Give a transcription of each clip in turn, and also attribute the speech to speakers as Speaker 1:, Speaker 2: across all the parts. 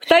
Speaker 1: 二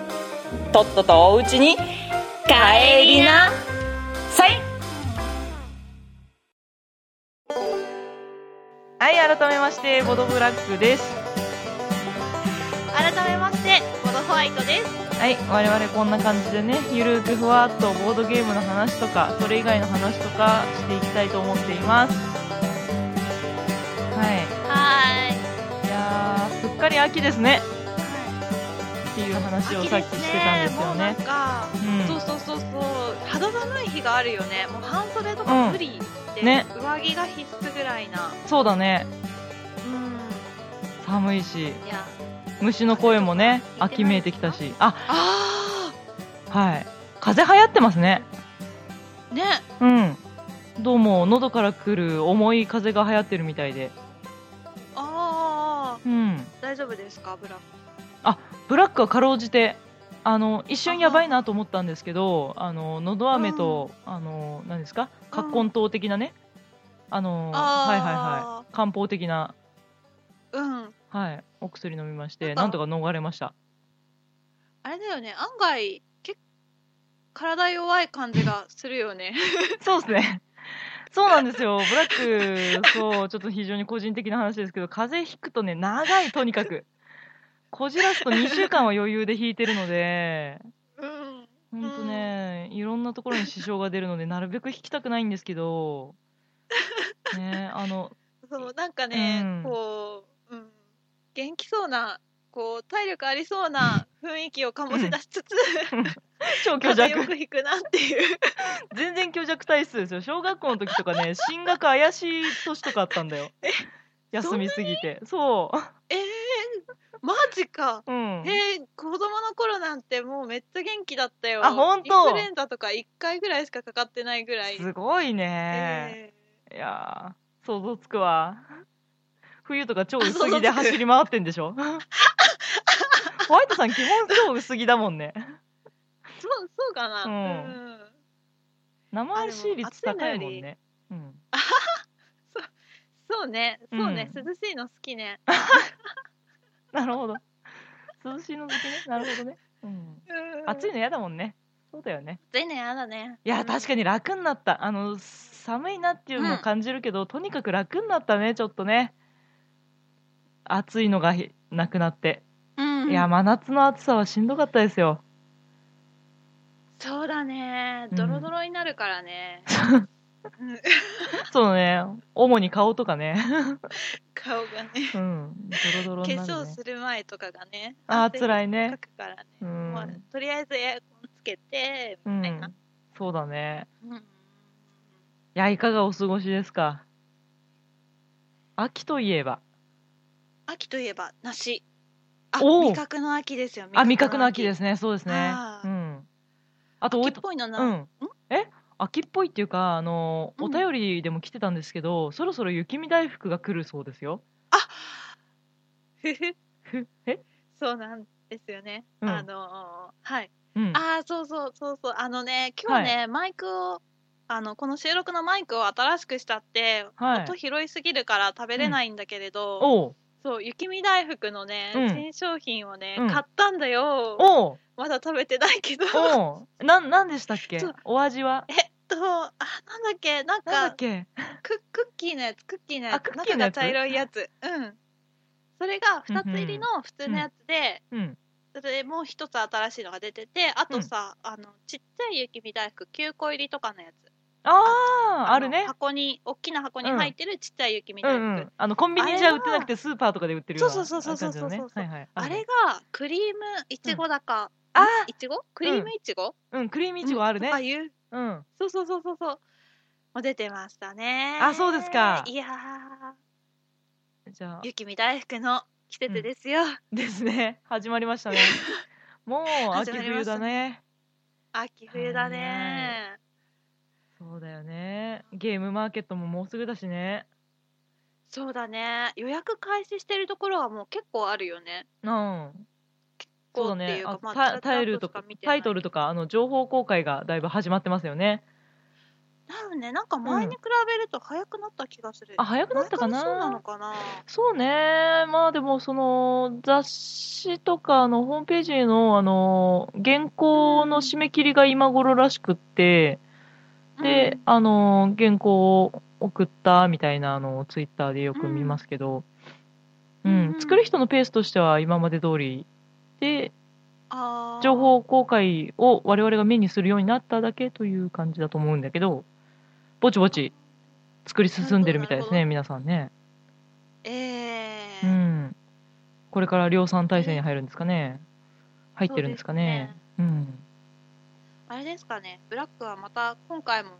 Speaker 1: とっととおうちに帰りなさいはい改めましてボドブラックです
Speaker 2: 改めましてボドホワイトです
Speaker 3: はい、我々こんな感じでね、ゆるくふわっとボードゲームの話とか、それ以外の話とかしていきたいと思っています。は
Speaker 2: はい
Speaker 3: い。いやー、すっかり秋ですね。っていう話をさっきしてたんですよね
Speaker 2: もうなん。か、
Speaker 3: うん
Speaker 2: そうそうそうそう肌寒い日があるよねもう半袖とか無理で、
Speaker 3: うんね
Speaker 2: 上着が必須ぐらいな
Speaker 3: そうだね。
Speaker 2: うん
Speaker 3: 寒いし、
Speaker 2: いや
Speaker 3: 虫の声もね、秋めいてきたし。あ、
Speaker 2: あ
Speaker 3: はい。風邪流行ってますね。
Speaker 2: ーね
Speaker 3: うん。どうも、喉から来る重い風が流行ってるみたいで。
Speaker 2: あー
Speaker 3: うん。
Speaker 2: 大丈夫ですかブラ
Speaker 3: ブラックはかろうじてあの一瞬やばいなと思ったんですけどあののど飴と、あの何ですか葛根糖的なね、あの
Speaker 2: あー
Speaker 3: はいはいはい漢方的な、
Speaker 2: うん
Speaker 3: はい、お薬飲みまし
Speaker 2: な
Speaker 3: て
Speaker 2: んか
Speaker 3: なんとか逃れました
Speaker 2: あれだよね案外け体弱い感じがするよね
Speaker 3: そうですねそうなんですよブラックそうちょっと非常に個人的な話ですけど風邪ひくとね長いとにかくこじらすと2週間は余裕で引いてるので
Speaker 2: うん
Speaker 3: ほんとね、いろんなところに支障が出るので、なるべく引きたくないんですけ ど、ね、あの、
Speaker 2: そうなんかね、
Speaker 3: うん
Speaker 2: こう、うん、元気そうなこう体力ありそうな雰囲気を醸し出しつつ、
Speaker 3: 超巨
Speaker 2: 風よ
Speaker 3: 弱、
Speaker 2: く引くなって いう
Speaker 3: 全然巨弱体質ですよ。小学校の時とかね、進学怪しい年とかあったんだよ。休みすぎて。そ
Speaker 2: えー、マジか
Speaker 3: う。うん。
Speaker 2: えー、子供の頃なんてもうめっちゃ元気だったよ
Speaker 3: あほんと
Speaker 2: インフルエンザとか1回ぐらいしかかかってないぐらい
Speaker 3: すごいね。
Speaker 2: え
Speaker 3: いやー、想像つくわ。冬とか超
Speaker 2: あ想
Speaker 3: 薄
Speaker 2: 像
Speaker 3: 着
Speaker 2: つ
Speaker 3: で
Speaker 2: く
Speaker 3: 走り回ってんでし ょホワイトさん基本超薄着だもんね。
Speaker 2: ーそうそうかな、
Speaker 3: うん
Speaker 2: うん
Speaker 3: 生足率高いも
Speaker 2: 暑
Speaker 3: ん
Speaker 2: いの
Speaker 3: ね。うん。
Speaker 2: そうねそうね、
Speaker 3: うん
Speaker 2: 涼しいの好きね
Speaker 3: なるほど。涼しいの好きね。なるほどね。うん。
Speaker 2: うん
Speaker 3: 暑いの嫌だもんね。そうだよね。
Speaker 2: 暑いねやだね
Speaker 3: いや、確
Speaker 2: か
Speaker 3: かに楽になった。あの、寒いなっていうの
Speaker 2: う
Speaker 3: を
Speaker 2: ん
Speaker 3: 感じるけど、とにかく楽になったね、ちょっとね。暑いのがひなくなって。
Speaker 2: に、うん、
Speaker 3: いや、真夏の暑さはしんどかったですよ。
Speaker 2: そうだね
Speaker 3: うん
Speaker 2: ドロドロになるからね、うん
Speaker 3: そうね。主に顔とか ね。
Speaker 2: 顔がね
Speaker 3: うん。ドロドロ
Speaker 2: 化
Speaker 3: になる、
Speaker 2: 粧
Speaker 3: ね。
Speaker 2: する前とかがね
Speaker 3: あー、
Speaker 2: 汗
Speaker 3: 辛い
Speaker 2: か
Speaker 3: ね。
Speaker 2: くからね、
Speaker 3: うん
Speaker 2: まあ、とりあえずエアコンつけて
Speaker 3: う
Speaker 2: みたいな、
Speaker 3: ん。そうだね。
Speaker 2: うん
Speaker 3: いや、いかがお過ごしですか秋といえば。
Speaker 2: 秋といえば梨あ
Speaker 3: おう
Speaker 2: 味覚の秋ですよ
Speaker 3: あ、味覚の秋ですすね。そうですね
Speaker 2: あ。ー
Speaker 3: うん。あと、お
Speaker 2: 秋
Speaker 3: い
Speaker 2: っぽいのな、
Speaker 3: うん。え秋っぽいっていうか、あの、
Speaker 2: うん
Speaker 3: お便りでも来てたんですけど、そろそろ雪見大福が来るそうですよ。
Speaker 2: ふふ
Speaker 3: ふえ
Speaker 2: そうなんですよね、
Speaker 3: うん
Speaker 2: あのーはい
Speaker 3: うん。
Speaker 2: ああそうそうそうそうあのね今日ね、マイクをあのこの収録のマイクを新しくしちゃって、
Speaker 3: はい
Speaker 2: 音拾いすぎるから食べれないんだけれど、
Speaker 3: おう
Speaker 2: そう、雪見大福のね、
Speaker 3: うん
Speaker 2: 新商品をね、
Speaker 3: うん
Speaker 2: 買ったんだよ。
Speaker 3: おう
Speaker 2: まだ食べてない けど。えっ
Speaker 3: おうなん、なんでしたっけ
Speaker 2: そう
Speaker 3: お味は
Speaker 2: と、あ、なんだっけ、な
Speaker 3: な
Speaker 2: ん
Speaker 3: んだ
Speaker 2: か
Speaker 3: っ、け
Speaker 2: ククッキーのやつ、クッキーのや
Speaker 3: あ
Speaker 2: つ、
Speaker 3: クッキーの
Speaker 2: 中が
Speaker 3: やつ
Speaker 2: 茶色いやつ。うん。それが
Speaker 3: うんうん
Speaker 2: 2つ入りの普通のやつで、
Speaker 3: うん。
Speaker 2: それでもう1つ新しいのが出てて、あとさ、あの、ちっちゃい雪見大福、9個入りとかのやつ。
Speaker 3: ああ
Speaker 2: の
Speaker 3: あるね。
Speaker 2: 箱に、大きな箱に
Speaker 3: うん
Speaker 2: 入ってるちっちゃい雪見
Speaker 3: う
Speaker 2: 大福。
Speaker 3: んうん。あの、コンビニじゃ売ってなくて、スーパーとかで売ってるような
Speaker 2: そう
Speaker 3: 感
Speaker 2: そうそうそうそう
Speaker 3: じのね。
Speaker 2: そうそうそう
Speaker 3: はいはい。
Speaker 2: あれ
Speaker 3: るね
Speaker 2: が、クリームいちごだか、
Speaker 3: あ
Speaker 2: いちごクリームいちご
Speaker 3: うん、クリームいちごあるね
Speaker 2: とか。いう
Speaker 3: うん。
Speaker 2: そうそうそうそうそう。も出てましたね。
Speaker 3: あそうですか
Speaker 2: いや
Speaker 3: じゃあ
Speaker 2: ー、、雪見大福の季節ですよ。
Speaker 3: ですね。始まりましたね。もう、
Speaker 2: 始
Speaker 3: 秋
Speaker 2: まりま
Speaker 3: 冬
Speaker 2: した
Speaker 3: だね。
Speaker 2: 秋冬だね。
Speaker 3: そうだよね。ゲームマーケットももうすぐだしね。
Speaker 2: そうだね。予約開始してるところはもう結構あるよね。
Speaker 3: うん。そうだね。
Speaker 2: こうっていうか
Speaker 3: あ
Speaker 2: まあ
Speaker 3: タ
Speaker 2: ツラ
Speaker 3: タイル
Speaker 2: ツラ
Speaker 3: と
Speaker 2: とか
Speaker 3: か
Speaker 2: 見、てな
Speaker 3: タ
Speaker 2: い
Speaker 3: イトルとか、あの、情報公開がだいぶ始まってますよね。
Speaker 2: 多分ね、なんか前に比べると早くなった気がする。
Speaker 3: あ、早くなったかな
Speaker 2: 前らそうなのかな。
Speaker 3: そうね、まあでも、その雑誌とかのホームページのあの原稿の締め切りが今頃らしくって、で、あの原稿を送ったみたいなあのツイッターでよく見ますけど、う
Speaker 2: うん
Speaker 3: ん
Speaker 2: うん
Speaker 3: 作る人のペースとしては今まで通りで、
Speaker 2: あー
Speaker 3: 情報公開を我々が目にするようになっただけという感じだと思うんだけど、ぼちぼち作り進んでるみたいですね、皆さんね。
Speaker 2: ええ
Speaker 3: う。ん、これから量産体制に入るんですかね、入ってるんですかね。うん、
Speaker 2: あれですかね。ブラックはまた今回も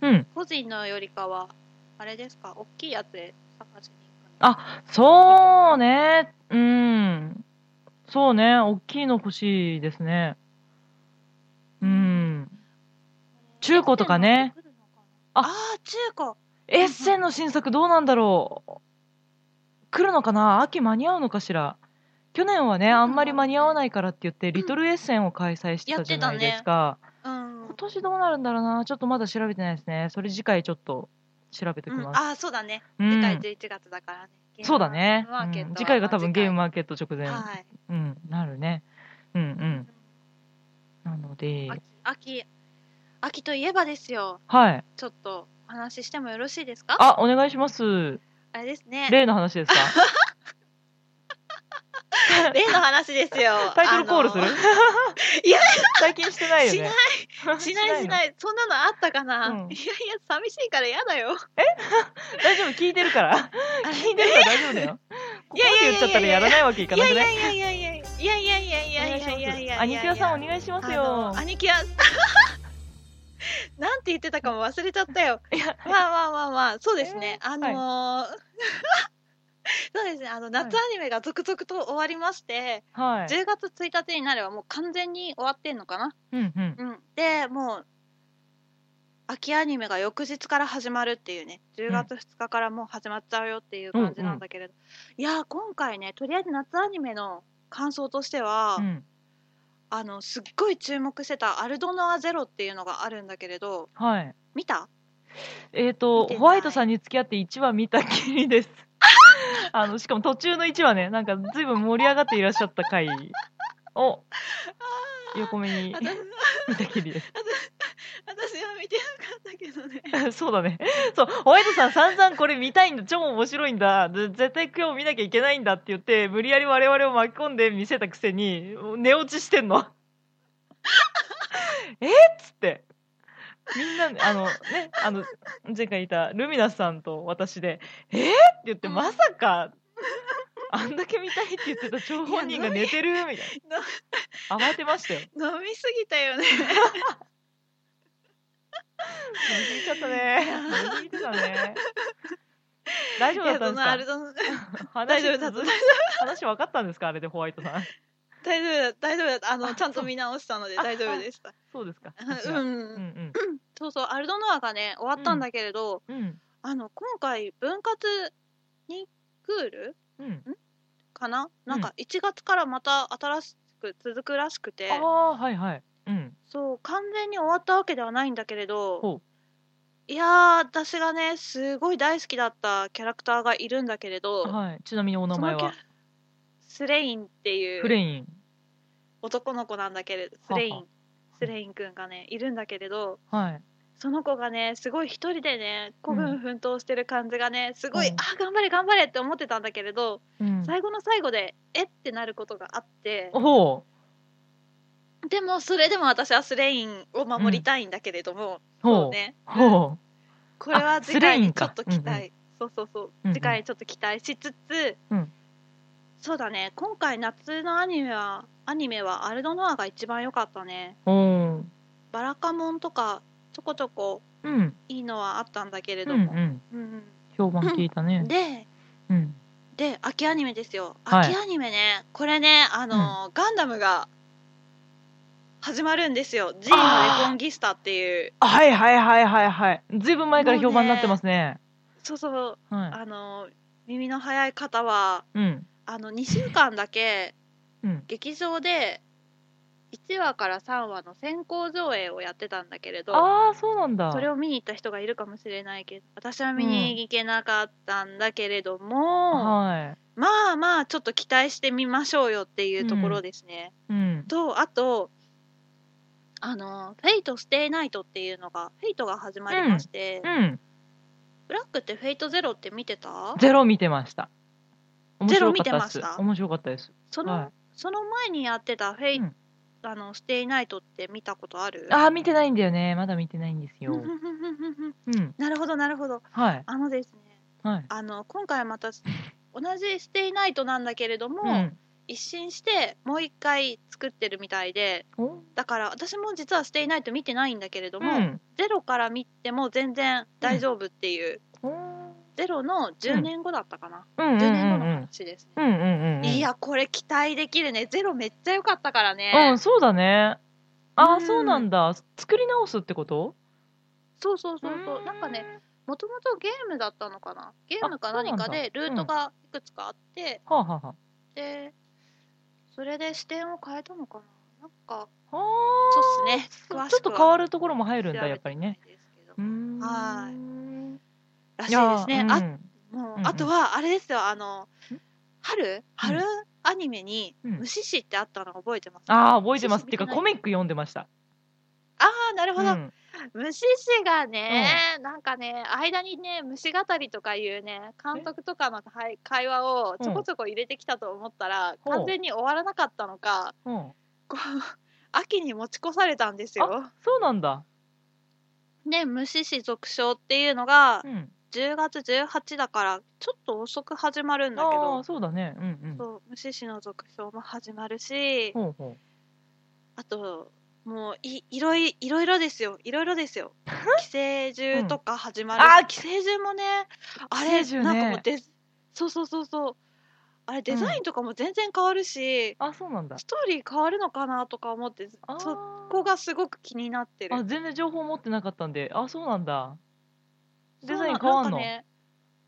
Speaker 3: うん、
Speaker 2: 個人のよりかは、あれですか、大きいやつで探しに行く。
Speaker 3: あそうね、うん、そうね、大きいの欲しいですね。うん、中古とかね。
Speaker 2: あ
Speaker 3: あ
Speaker 2: あー、中古。
Speaker 3: エッセンの新作どうなんだろう、来るのかな、秋間に合うのかしら。去年はね、あんまり間に合わないからって言って、リトルエッセンを開催してたじゃないですか。
Speaker 2: うん。
Speaker 3: 今年どうなるんだろうな、ちょっとまだ調べてないですね。それ次回ちょっと調べてき
Speaker 2: うん、
Speaker 3: ます。
Speaker 2: ああ、そうだね。
Speaker 3: うん
Speaker 2: 次回11月だからね。ゲーム
Speaker 3: そうだね、
Speaker 2: マーケットは
Speaker 3: うん次回が多分ゲームマーケット直前、
Speaker 2: はい。
Speaker 3: うん、なるね。うんうん。なので、
Speaker 2: 秋、秋、秋といえばですよ。
Speaker 3: はい。
Speaker 2: ちょっとお話ししてもよろしいですかあ
Speaker 3: あ、お願いします。
Speaker 2: れですね。
Speaker 3: 例の話ですか。
Speaker 2: 例の話ですよ
Speaker 3: タイトルコールする
Speaker 2: あのいや、
Speaker 3: 最近してないよね。
Speaker 2: しないし
Speaker 3: の
Speaker 2: ない。そんなのあったかな、
Speaker 3: うん
Speaker 2: いやいや、寂しいから嫌だよ。
Speaker 3: 大丈夫、聞いてるから。聞いてるから大丈夫だよ。ここま
Speaker 2: いやい
Speaker 3: で
Speaker 2: やいやいや
Speaker 3: 言っちゃったらやらないわけいか
Speaker 2: い
Speaker 3: な
Speaker 2: や
Speaker 3: く
Speaker 2: いや
Speaker 3: ね。
Speaker 2: いやいやいやいやいやいやいやいやいやいや。
Speaker 3: アニキュアさんお願いします
Speaker 2: あ
Speaker 3: よ
Speaker 2: の。兄貴は なんて言ってたかも忘れちゃった よ。
Speaker 3: いや
Speaker 2: まあまあまあまあ、そうですね。あのー そうですね。あの、夏アニメが続々と終わりまして、
Speaker 3: はい。
Speaker 2: 10月1日になればもう完全に終わってんのかな。
Speaker 3: うんうん。
Speaker 2: うん。で、もう、秋アニメが翌日から始まるっていうね、10月2日からもう始まっちゃうよっていう感じなんだけれど、いやー、今回ね、とりあえず夏アニメの感想としては、
Speaker 3: うん。
Speaker 2: あのすっごい注目してた「アルドノアゼロ」っていうのがあるんだけれど
Speaker 3: はい。
Speaker 2: 見た
Speaker 3: えっ、と
Speaker 2: 見てない
Speaker 3: ホワイトさんに付き合って1話見たきり ですあのしかも途中の1話ねなんかずいぶん盛り上がっていらっしゃった回を横目に
Speaker 2: 私は
Speaker 3: 見たきりです
Speaker 2: 私は見てなかったけど ね
Speaker 3: そうだねそうホワイトさん散々これ見たいんだ超面白いんだぜ絶対今日見なきゃいけないんだって言って無理やり我々を巻き込んで見せたくせに寝落ちしてんの えっつってみんなあのねあの前回いたルミナスさんと私で「えー、って言って
Speaker 2: うん
Speaker 3: まさかあんだけ見たいって言ってた張本人が寝てるみたい
Speaker 2: な
Speaker 3: な慌てましたよ
Speaker 2: 飲みすぎたよね
Speaker 3: 飲みすぎちゃったね飲みすぎてたね大丈夫だったん
Speaker 2: そ
Speaker 3: で
Speaker 2: のアル
Speaker 3: すか
Speaker 2: ドノ
Speaker 3: 話
Speaker 2: 大丈夫だっ た
Speaker 3: 話分かったんですかあれでホワイトさん
Speaker 2: 大丈夫だ大丈夫だったあの
Speaker 3: あ
Speaker 2: ちゃんと見直したので
Speaker 3: そう
Speaker 2: 大丈夫でした
Speaker 3: そうですか
Speaker 2: う
Speaker 3: うん
Speaker 2: ん、
Speaker 3: うん
Speaker 2: そうそうアルドノアがね終わったんだけれど、
Speaker 3: うん
Speaker 2: あの今回分割にクール
Speaker 3: うん
Speaker 2: かな、なんか1月からまた新しく続くらしくて
Speaker 3: ああはいはいうん
Speaker 2: そう完全に終わったわけではないんだけ
Speaker 3: ほ
Speaker 2: れどいやー私がねすごい大好きだったキャラクターがいるんだけれど、
Speaker 3: はいちなみにお名前
Speaker 2: その
Speaker 3: は
Speaker 2: キャスレインって
Speaker 3: フレ
Speaker 2: いう
Speaker 3: イン
Speaker 2: 男の子なんだけれどスレイ
Speaker 3: は
Speaker 2: ンスレインくんがねいるんだけれど
Speaker 3: はい
Speaker 2: その子がねすごい一人でね孤軍奮闘してる感じがねすごい、
Speaker 3: うん
Speaker 2: あ頑張れ頑張れって思ってたんだけれど、
Speaker 3: うん
Speaker 2: 最後の最後でえってなることがあって
Speaker 3: ほ
Speaker 2: でもそれでも私はスレインを守りたいんだけれども、
Speaker 3: うほ
Speaker 2: そう
Speaker 3: う
Speaker 2: ね
Speaker 3: ほ
Speaker 2: これは次回にちょっと期
Speaker 3: あスレイ
Speaker 2: 待、そうそうそう、
Speaker 3: うんうん
Speaker 2: 次回ちょっと期待しつつ、
Speaker 3: うん
Speaker 2: そうだね今回夏のアニメはアニメはアルドノアが一番良かったね
Speaker 3: ううん
Speaker 2: バラカモンとかちょこちょこ
Speaker 3: うん
Speaker 2: いいのはあったんだけれ
Speaker 3: う
Speaker 2: ど
Speaker 3: んう
Speaker 2: も、
Speaker 3: ん
Speaker 2: うん
Speaker 3: 評判聞いた
Speaker 2: うん
Speaker 3: ね
Speaker 2: で
Speaker 3: うん
Speaker 2: で秋アニメですよ
Speaker 3: はい
Speaker 2: 秋アニメね、これねあのーガンダムが始まるんですよ。G のレコンギスタっていう。
Speaker 3: はいはいはいはいはい。ずいぶん前から評判になってますね。
Speaker 2: そうそう。
Speaker 3: は
Speaker 2: あの、耳の早い方は、
Speaker 3: い。うん。
Speaker 2: あの、2週間だけ
Speaker 3: うん。
Speaker 2: 劇場で1話から3話の先行上映をやってたんだけれど、
Speaker 3: ああ、そうなんだ。
Speaker 2: それを見に行った人がいるかもしれないけど、私は見に行けなかったんだけれども、
Speaker 3: は
Speaker 2: まあまあ、ちょっと期待してみましょうよっていうところですね。
Speaker 3: い。うん。
Speaker 2: と、あと、あの、フェイト・ステイ・ナイトっていうのが、フェイトが始まりまして、
Speaker 3: うん。
Speaker 2: ブラックってフェイト・ゼロって見てた
Speaker 3: ゼロ見てました。面
Speaker 2: ゼ
Speaker 3: 白
Speaker 2: ロ
Speaker 3: か
Speaker 2: 見
Speaker 3: ってた
Speaker 2: ま
Speaker 3: で
Speaker 2: し
Speaker 3: す
Speaker 2: た。
Speaker 3: 面白かったです。
Speaker 2: その、
Speaker 3: は
Speaker 2: その前にやってたフェイ、
Speaker 3: うん
Speaker 2: あの、ステイ・ナイトって見たことある
Speaker 3: い。ああ、見てないんだよね。まだ見てないんです
Speaker 2: うん
Speaker 3: よ
Speaker 2: うん。うんうんうん
Speaker 3: うん。
Speaker 2: なるほど、なるほど。
Speaker 3: はい。
Speaker 2: あのですね、
Speaker 3: はい。
Speaker 2: あの、今回また、同じステイ・ナイトなんだけれども、
Speaker 3: うん。
Speaker 2: 一新して、もう一回作ってるみたいで、
Speaker 3: お
Speaker 2: だから私も実はステイ・ナイト見てないんだけれど
Speaker 3: う
Speaker 2: も、
Speaker 3: ん。
Speaker 2: ゼロから見ても全然大丈夫っていう、
Speaker 3: お
Speaker 2: ゼロの10年後だったかな、
Speaker 3: うんうんう
Speaker 2: 10年後の
Speaker 3: ん
Speaker 2: 話ですね、
Speaker 3: うん。うんうんうん。
Speaker 2: い。やこれ期待できるねゼロめっちゃ良かったからね、
Speaker 3: うん、そうだね。あ
Speaker 2: う
Speaker 3: あ、
Speaker 2: ん
Speaker 3: そうなんだ。作り直すってこと
Speaker 2: そうそうそうそうなんかね。もともとゲームだったのかなゲームか
Speaker 3: あそうな
Speaker 2: 何
Speaker 3: んだ
Speaker 2: かでルートがいくつかあって、
Speaker 3: はあはあは
Speaker 2: でそれで視点を変えたのかななんか
Speaker 3: あ。
Speaker 2: そうっすね詳しくは
Speaker 3: ちょっと変わるところも入るん
Speaker 2: 調
Speaker 3: だ、
Speaker 2: べて
Speaker 3: やっぱりね。
Speaker 2: ないですけど
Speaker 3: うーん
Speaker 2: はらしい
Speaker 3: いや
Speaker 2: ですね、あ
Speaker 3: うん
Speaker 2: もう、
Speaker 3: うんうん
Speaker 2: あとはあれですよあの
Speaker 3: ん
Speaker 2: 春春アニメに
Speaker 3: うん
Speaker 2: 虫師ってあったの覚えてます
Speaker 3: ああ、覚えてます。っていうか、
Speaker 2: 虫師見てない
Speaker 3: コミック読んでました。
Speaker 2: ああなるほど、
Speaker 3: うん
Speaker 2: 虫師がね、なんかね間にね虫語りとかいうね監督とかのはい会話をちょこちょこ入れてきたと思ったら、
Speaker 3: ほう
Speaker 2: 完全に終わらなかったのか
Speaker 3: うん
Speaker 2: こう 秋に持ち越されたんですよ。
Speaker 3: そうなんだ。
Speaker 2: ね虫師続賞っていうのが
Speaker 3: うん。
Speaker 2: 10月18だからちょっと遅く始まるんだけ
Speaker 3: あ
Speaker 2: ど
Speaker 3: あ、。そうだね。うんうん。
Speaker 2: そう虫師の続賞も始まるし、
Speaker 3: ほうほ
Speaker 2: あと、もうい、いろい、いろいろですよ。いろいろで すよ。寄生獣とか始まる。
Speaker 3: あ
Speaker 2: あ、寄生獣もね、あ
Speaker 3: 寄
Speaker 2: れ、
Speaker 3: 生獣
Speaker 2: なん
Speaker 3: ね
Speaker 2: かもうデ、そうそうそうそう。あれ、デザインとかも全然変わるし、
Speaker 3: う。あ、そうなんだ。
Speaker 2: ストーリー変わるのかなとか思って、
Speaker 3: あー
Speaker 2: そこがすごく気になってる
Speaker 3: あ、。全然情報持ってなかったんで。あ、そうなんだ。デザイン
Speaker 2: そうな
Speaker 3: 変わんの
Speaker 2: なかね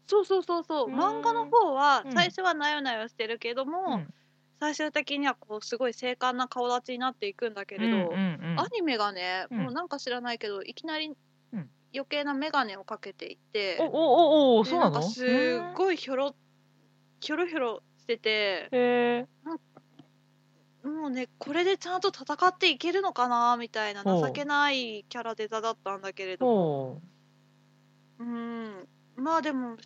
Speaker 2: そうそうそうそう。
Speaker 3: うん
Speaker 2: 漫画の方は
Speaker 3: うん、
Speaker 2: 最初はなよなよしてるけど
Speaker 3: う
Speaker 2: も、
Speaker 3: ん
Speaker 2: 最終的にはこう、すごい精悍な顔立ちになっていくんだけれど、
Speaker 3: うんうん
Speaker 2: アニメがね、
Speaker 3: うん
Speaker 2: もうなんか知らないけど、いきなり
Speaker 3: うん
Speaker 2: 余計な眼鏡をかけていて、
Speaker 3: うん。お
Speaker 2: で
Speaker 3: おおお、そうなの
Speaker 2: んかすごいひょろ、ひょろひょろしてて、
Speaker 3: へえ。
Speaker 2: もうね、これでちゃんと戦っていけるのかなみたいな、
Speaker 3: ほう
Speaker 2: 情けないキャラデザだったんだけれど、
Speaker 3: ほう。
Speaker 2: うん、まあでも、うん、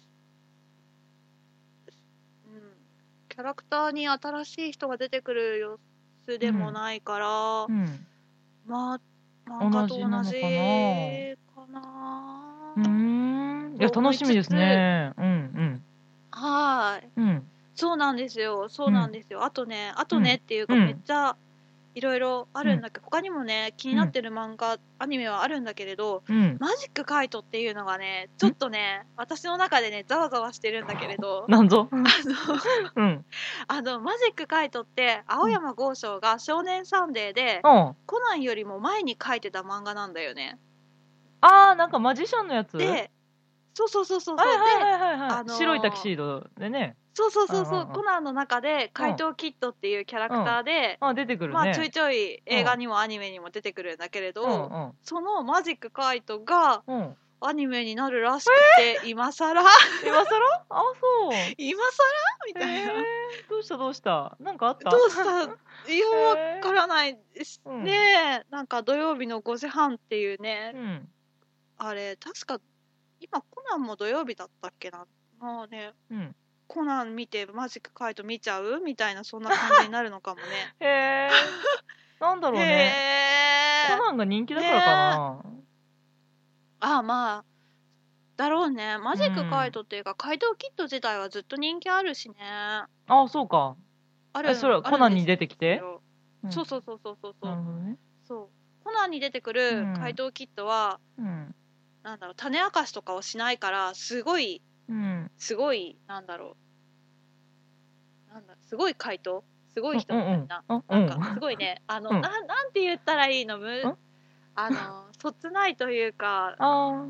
Speaker 2: キャラクターに新しい人が出てくる様子でもないから、
Speaker 3: うん。
Speaker 2: まあ、漫画と同
Speaker 3: 同
Speaker 2: じ
Speaker 3: じ
Speaker 2: か
Speaker 3: な
Speaker 2: な。
Speaker 3: うーん。いや、楽しみですね。うん
Speaker 2: はーい。
Speaker 3: うん。うん。
Speaker 2: そうなんですよ。そうなんですよ。あとね、あと
Speaker 3: う
Speaker 2: ね
Speaker 3: ん
Speaker 2: っていうか、
Speaker 3: うん
Speaker 2: めっちゃいろいろあるんだけど、他にもね、気になってる漫画、アニメはあるんだけれど、
Speaker 3: うん。
Speaker 2: マジックカイトっていうのがね、ちょっとね、私の中でね、ざわざわしてるんだけれど、
Speaker 3: なんぞ。
Speaker 2: あの、
Speaker 3: うん。
Speaker 2: あの、マジックカイトって、青山剛昌が少年サンデーで、
Speaker 3: うん。
Speaker 2: コナンよりも前に書いてた漫画なんだよね。
Speaker 3: あー、なんかマジシャンのやつはい
Speaker 2: で、そうそうそうそうそう。
Speaker 3: はい
Speaker 2: で
Speaker 3: はいはいはい、
Speaker 2: あのー
Speaker 3: 白いタキシードでね。
Speaker 2: そうそうそうそう、
Speaker 3: うんうんうん
Speaker 2: コナンの中で怪盗キッドっていうキャラクターで、
Speaker 3: あ、出てくるね。
Speaker 2: まあ、ちょいちょい映画にもアニメにも出てくるんだけれど、
Speaker 3: う
Speaker 2: そのマジックカイトが
Speaker 3: んうん。うん。
Speaker 2: アニメになるらしくて、今更
Speaker 3: 今更あ、そう。え
Speaker 2: 今更みたいな。
Speaker 3: ー、どうしたどうしたなんかあった
Speaker 2: どうしたいや、わ
Speaker 3: へー
Speaker 2: からないです
Speaker 3: うん
Speaker 2: ねえ、なんか土曜日の5時半っていうね、
Speaker 3: うん。
Speaker 2: あれ、確か、今コナンも土曜日だったっけな。まあね、
Speaker 3: うん。
Speaker 2: コナン見てマジックカイト見ちゃうみたいな、そんな感じになる のかもね。
Speaker 3: へえ。 なんだろうね。
Speaker 2: へ
Speaker 3: コ
Speaker 2: ー
Speaker 3: ナンが人気だからかな。
Speaker 2: ああまあだろうねマジックカイトっていうか、怪盗キッド自体はずっと人気あるしねあ
Speaker 3: あ、そうか。
Speaker 2: る
Speaker 3: え、それはコナンに出てき
Speaker 2: ある
Speaker 3: て
Speaker 2: んですよ
Speaker 3: うん
Speaker 2: そうそうそうそうそうそ
Speaker 3: なる
Speaker 2: う
Speaker 3: ほどね。
Speaker 2: そうコナンに出てくる
Speaker 3: うん
Speaker 2: 怪盗キッドは、
Speaker 3: うん。
Speaker 2: なんだろう種明かしとかをしないからすごい
Speaker 3: うん。
Speaker 2: すごいなんだろうなんだすごい怪盗すすごい人みたいな。
Speaker 3: うんう
Speaker 2: なんんかすごいね、あの、
Speaker 3: うん
Speaker 2: なん、なんて言ったらいいの、む
Speaker 3: ん、
Speaker 2: あの、そつないというか、
Speaker 3: あ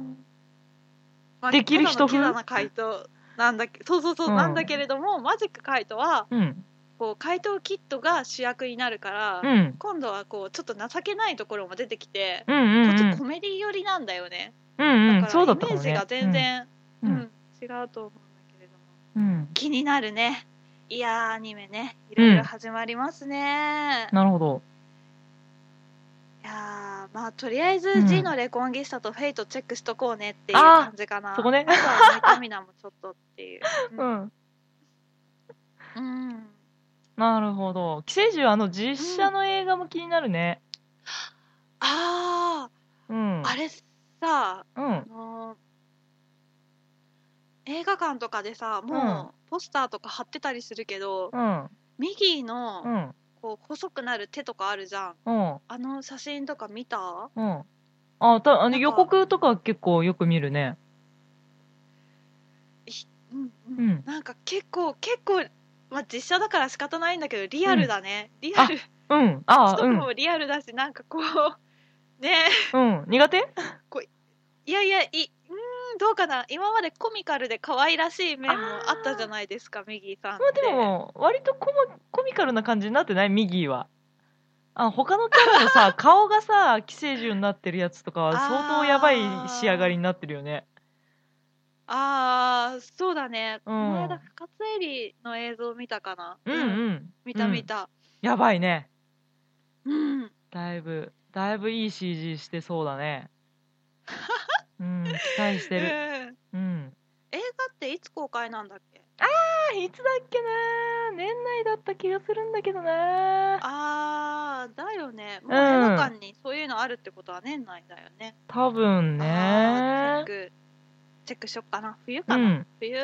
Speaker 2: まあ
Speaker 3: できる人風
Speaker 2: ただのキザな回答なんだけ、そうそうそう、
Speaker 3: うん
Speaker 2: なんだけれども、マジックカイトは、
Speaker 3: ーうん
Speaker 2: こう、回答キットが主役になるから、
Speaker 3: うん
Speaker 2: 今度はこう、ちょっと情けないところも出てきて、
Speaker 3: うんうん
Speaker 2: こ
Speaker 3: う
Speaker 2: っ
Speaker 3: ん
Speaker 2: ちコメディ寄りなんだよね。
Speaker 3: うんうん
Speaker 2: だか
Speaker 3: そう
Speaker 2: ら、
Speaker 3: だ
Speaker 2: イ
Speaker 3: ったか
Speaker 2: メ
Speaker 3: も
Speaker 2: ージ
Speaker 3: ね
Speaker 2: が全然、
Speaker 3: う
Speaker 2: うんん、違うと思うんだけれども。
Speaker 3: うん
Speaker 2: 気になるね。いやー、アニメね、いろいろ始まりますね。
Speaker 3: なるほど
Speaker 2: いやーまあとりあえ
Speaker 3: う
Speaker 2: ず
Speaker 3: ん
Speaker 2: G のレコンギスタとフェイトチェックしとこうねっていう
Speaker 3: あー
Speaker 2: 感じかな。
Speaker 3: そこね
Speaker 2: あとはメカミナもちょっとっていう。
Speaker 3: う
Speaker 2: うん。
Speaker 3: ん
Speaker 2: うん、
Speaker 3: なるほど寄生獣あの実写の映画も気になるね
Speaker 2: あ
Speaker 3: うん
Speaker 2: ー、あれさ、あ
Speaker 3: うん
Speaker 2: のー映画館とかでさ、もうポスターとか貼ってたりするけど、
Speaker 3: うん
Speaker 2: ミギー
Speaker 3: う
Speaker 2: の
Speaker 3: ん
Speaker 2: こう細くなる手とかあるじゃん。
Speaker 3: うん
Speaker 2: あの写真とか見た
Speaker 3: うん。あ、た、あ
Speaker 2: なん
Speaker 3: の
Speaker 2: か
Speaker 3: 予告とか結構よく見るね。
Speaker 2: うんうん。
Speaker 3: うん。
Speaker 2: なんか結構、結構、まあ実写だから仕方ないんだけど、リアルだね。リアル。
Speaker 3: うん。あ、
Speaker 2: 一
Speaker 3: う
Speaker 2: つ
Speaker 3: ん。
Speaker 2: もリアルだし、なんかこう、 ね
Speaker 3: うん。苦手
Speaker 2: え、いやいや、い、うーん、どうかな、今までコミカルで可愛らしい面もあったじゃないですか、ミギーさんっ
Speaker 3: まあ
Speaker 2: て。
Speaker 3: でも、割とコマコミカルな感じになってないミギーは。あ、他のキャラの さ、顔がさ、寄生獣になってるやつとかは相当やばい仕上がりになってるよね。
Speaker 2: あー、そうだね。
Speaker 3: う
Speaker 2: こ
Speaker 3: ん
Speaker 2: の間、深津絵里の映像見たかな。
Speaker 3: うんうん。
Speaker 2: 見た見た。
Speaker 3: やばいね。
Speaker 2: うん。
Speaker 3: だいぶ、だいぶいい CG してそうだ ね。うん、期待してる。
Speaker 2: うん
Speaker 3: うん。
Speaker 2: 映画っていつ公開なんだっけ
Speaker 3: あいつだっけな年内だった気がするんだけどな
Speaker 2: あー、だよね。もう
Speaker 3: うん
Speaker 2: 映画館にそういうのあるってことは年内だよね。
Speaker 3: 多分
Speaker 2: あ
Speaker 3: ね
Speaker 2: ーチェック、チェックしよっかな。冬
Speaker 3: う
Speaker 2: かな。
Speaker 3: ん
Speaker 2: 冬、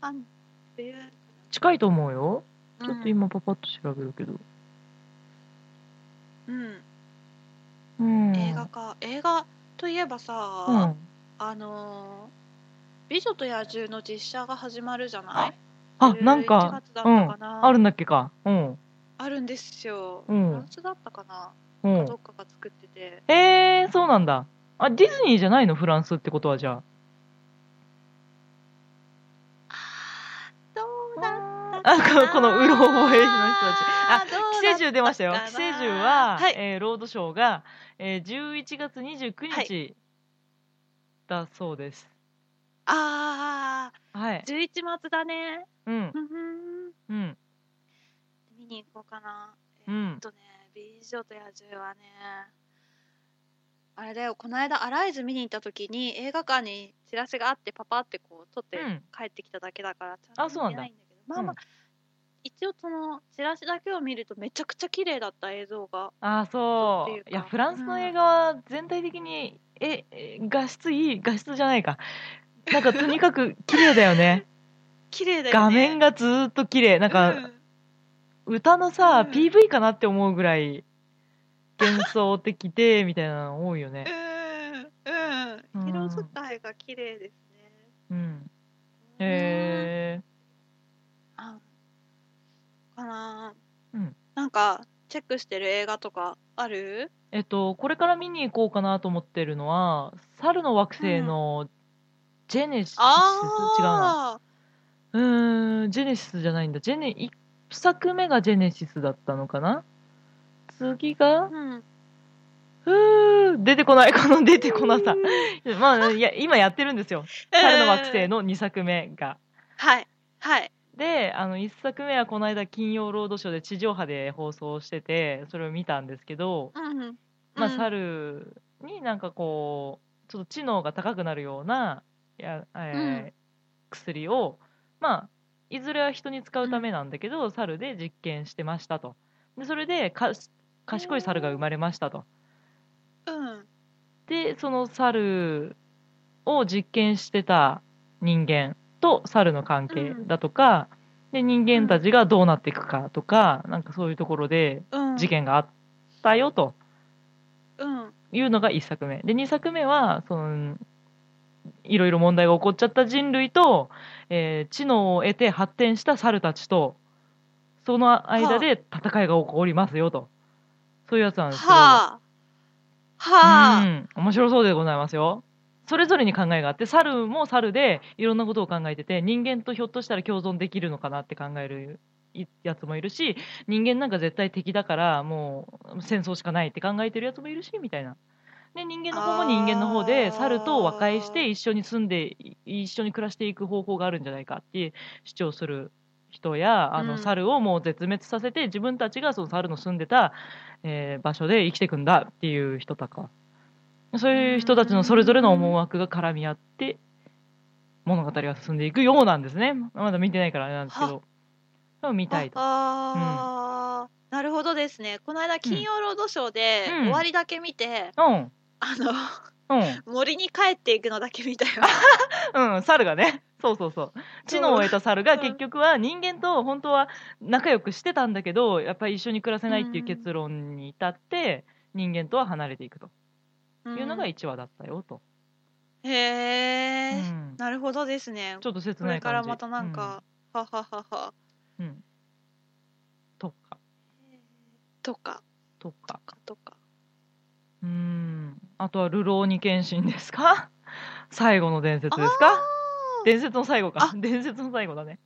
Speaker 2: あん、冬。
Speaker 3: 近いと思うよ
Speaker 2: ち
Speaker 3: ちょっと今パパッと調べるけど
Speaker 2: うん、
Speaker 3: うん
Speaker 2: 映画か映画といえばさ、
Speaker 3: うん
Speaker 2: あのー美女と野獣」の実写が始まるじゃない
Speaker 3: あなん
Speaker 2: 11
Speaker 3: か
Speaker 2: 月だったかな、
Speaker 3: あるんだっけかうん
Speaker 2: あるんですよ、
Speaker 3: う
Speaker 2: フラ
Speaker 3: ん
Speaker 2: ンスだったかな、
Speaker 3: うん
Speaker 2: どっかが作ってて
Speaker 3: えー、そうなんだあディズニーじゃないのフランスってことはじゃ
Speaker 2: どうだった
Speaker 3: ああここのうろ覚えの人たち あ
Speaker 2: どう
Speaker 3: 寄
Speaker 2: だ
Speaker 3: 生獣出ましたよ
Speaker 2: だった
Speaker 3: 寄
Speaker 2: かな
Speaker 3: 生獣は、
Speaker 2: はい
Speaker 3: えーロードショーが、えー、11月29日、
Speaker 2: は
Speaker 3: だそうです
Speaker 2: あ
Speaker 3: はい
Speaker 2: ー11月だね
Speaker 3: うん
Speaker 2: うんうん
Speaker 3: うん
Speaker 2: 見に行こうかな
Speaker 3: う
Speaker 2: えっ
Speaker 3: ん
Speaker 2: とね美女と野獣はねあれだよこの間アライズ見に行った時に映画館にチラシがあってパパってこう撮って
Speaker 3: うん
Speaker 2: 帰ってきただけだから、
Speaker 3: あ
Speaker 2: ちゃと見ていんだけどまあまあ、
Speaker 3: うん
Speaker 2: 一応そのチラシだけを見るとめちゃくちゃ綺麗だった映像が
Speaker 3: ああそ
Speaker 2: っていう
Speaker 3: う
Speaker 2: か
Speaker 3: いやフランスの映画は全体的に、ええ画質いい画質じゃないかなんかとにかく綺麗だよ ね
Speaker 2: 綺麗だよね
Speaker 3: 画面
Speaker 2: が
Speaker 3: がずーっと綺麗なんか、歌のさ、
Speaker 2: うん
Speaker 3: PV かなって思うぐらい幻想的でみたいなの多いよね
Speaker 2: うんうん色使いが綺麗ですね
Speaker 3: うんへえ
Speaker 2: あかなぁ
Speaker 3: うん
Speaker 2: なんかチェックしてる映画とかある
Speaker 3: えっとこれから見に行こうかなと思ってるのは猿の惑星のジェネシス、違うな
Speaker 2: ああ
Speaker 3: うーん、ジェネシスじゃないんだ。ジェネ、一作目がジェネシスだったのかな次が
Speaker 2: うん
Speaker 3: ふー、出てこない。この出てこなさ。まあ、いや、今やってるんですよ。猿の惑星の2作目が。
Speaker 2: はいはい
Speaker 3: で、あの、1作目はこの間金曜ロードショーで地上波で放送してて、それを見たんですけど、
Speaker 2: うんうん
Speaker 3: まあ、
Speaker 2: うん
Speaker 3: 猿になんかこう、ちょっと知能が高くなるような、いやえー
Speaker 2: うん
Speaker 3: 薬を、まあ、いずれは人に使うためなんだけど、猿で実験してましたと。でそれでか賢い猿が生まれましたと。
Speaker 2: うん
Speaker 3: で、その猿を実験してた人間と猿の関係だとか、で、人間たちがどうなっていくかとか、なんかそういうところで
Speaker 2: うん
Speaker 3: 事件があったよと。
Speaker 2: うん
Speaker 3: いうのが1作目で2作目はそのいろいろ問題が起こっちゃった人類と、えー知能を得て発展した猿たちとその間で戦いが起こりますよと。そういうやつなんですけど。
Speaker 2: はあ。
Speaker 3: う
Speaker 2: はあ。
Speaker 3: ん。面白そうでございますよ。それぞれに考えがあって、猿も猿でいろんなことを考えてて、人間とひょっとしたら共存できるのかなって考えるいやつもいるし、人間なんか絶対敵だから、もう戦争しかないって考えてるやつもいるし、みたいな。で、人間の方も人間の方
Speaker 2: あ
Speaker 3: で、
Speaker 2: ー
Speaker 3: 猿と和解して一緒に住んで、い一緒に暮らしていく方法があるんじゃないかっていう主張する人や、あ
Speaker 2: うん
Speaker 3: の、猿をもう絶滅させて、自分たちがその猿の住んでた、えー場所で生きていくんだっていう人とか、そういう人たちのそれぞれの思惑が絡み合って、物語が進んでいくようなんですね。まだ見てないからあれなんですけど。多分見たいと。
Speaker 2: ああー。なるほどですね。この間、金曜ロードショーで、
Speaker 3: うん
Speaker 2: 終わりだけ見て、
Speaker 3: うん。
Speaker 2: あの、
Speaker 3: うん。
Speaker 2: 森に帰っていくのだけ見たよ。
Speaker 3: うん、猿がね。そうそうそう。知能を得た猿
Speaker 2: う
Speaker 3: が
Speaker 2: ん
Speaker 3: 結局は人間と本当は仲良くしてたんだけど、やっぱり一緒に暮らせないっていう結論に至って、人間とは離れていくというのが1話だったよと。
Speaker 2: へえ、
Speaker 3: うん
Speaker 2: なるほどですね。
Speaker 3: ちょっと切
Speaker 2: こ
Speaker 3: な
Speaker 2: れ
Speaker 3: い感じ。
Speaker 2: からまたなんか、はははは。
Speaker 3: うん。うん。とか、
Speaker 2: とか、
Speaker 3: と
Speaker 2: と
Speaker 3: か。
Speaker 2: か、とか。
Speaker 3: うーん。あとは、流浪に剣心ですか 最後の伝説ですか
Speaker 2: あー
Speaker 3: 伝説の最後か
Speaker 2: あ。
Speaker 3: 伝説の最後だね。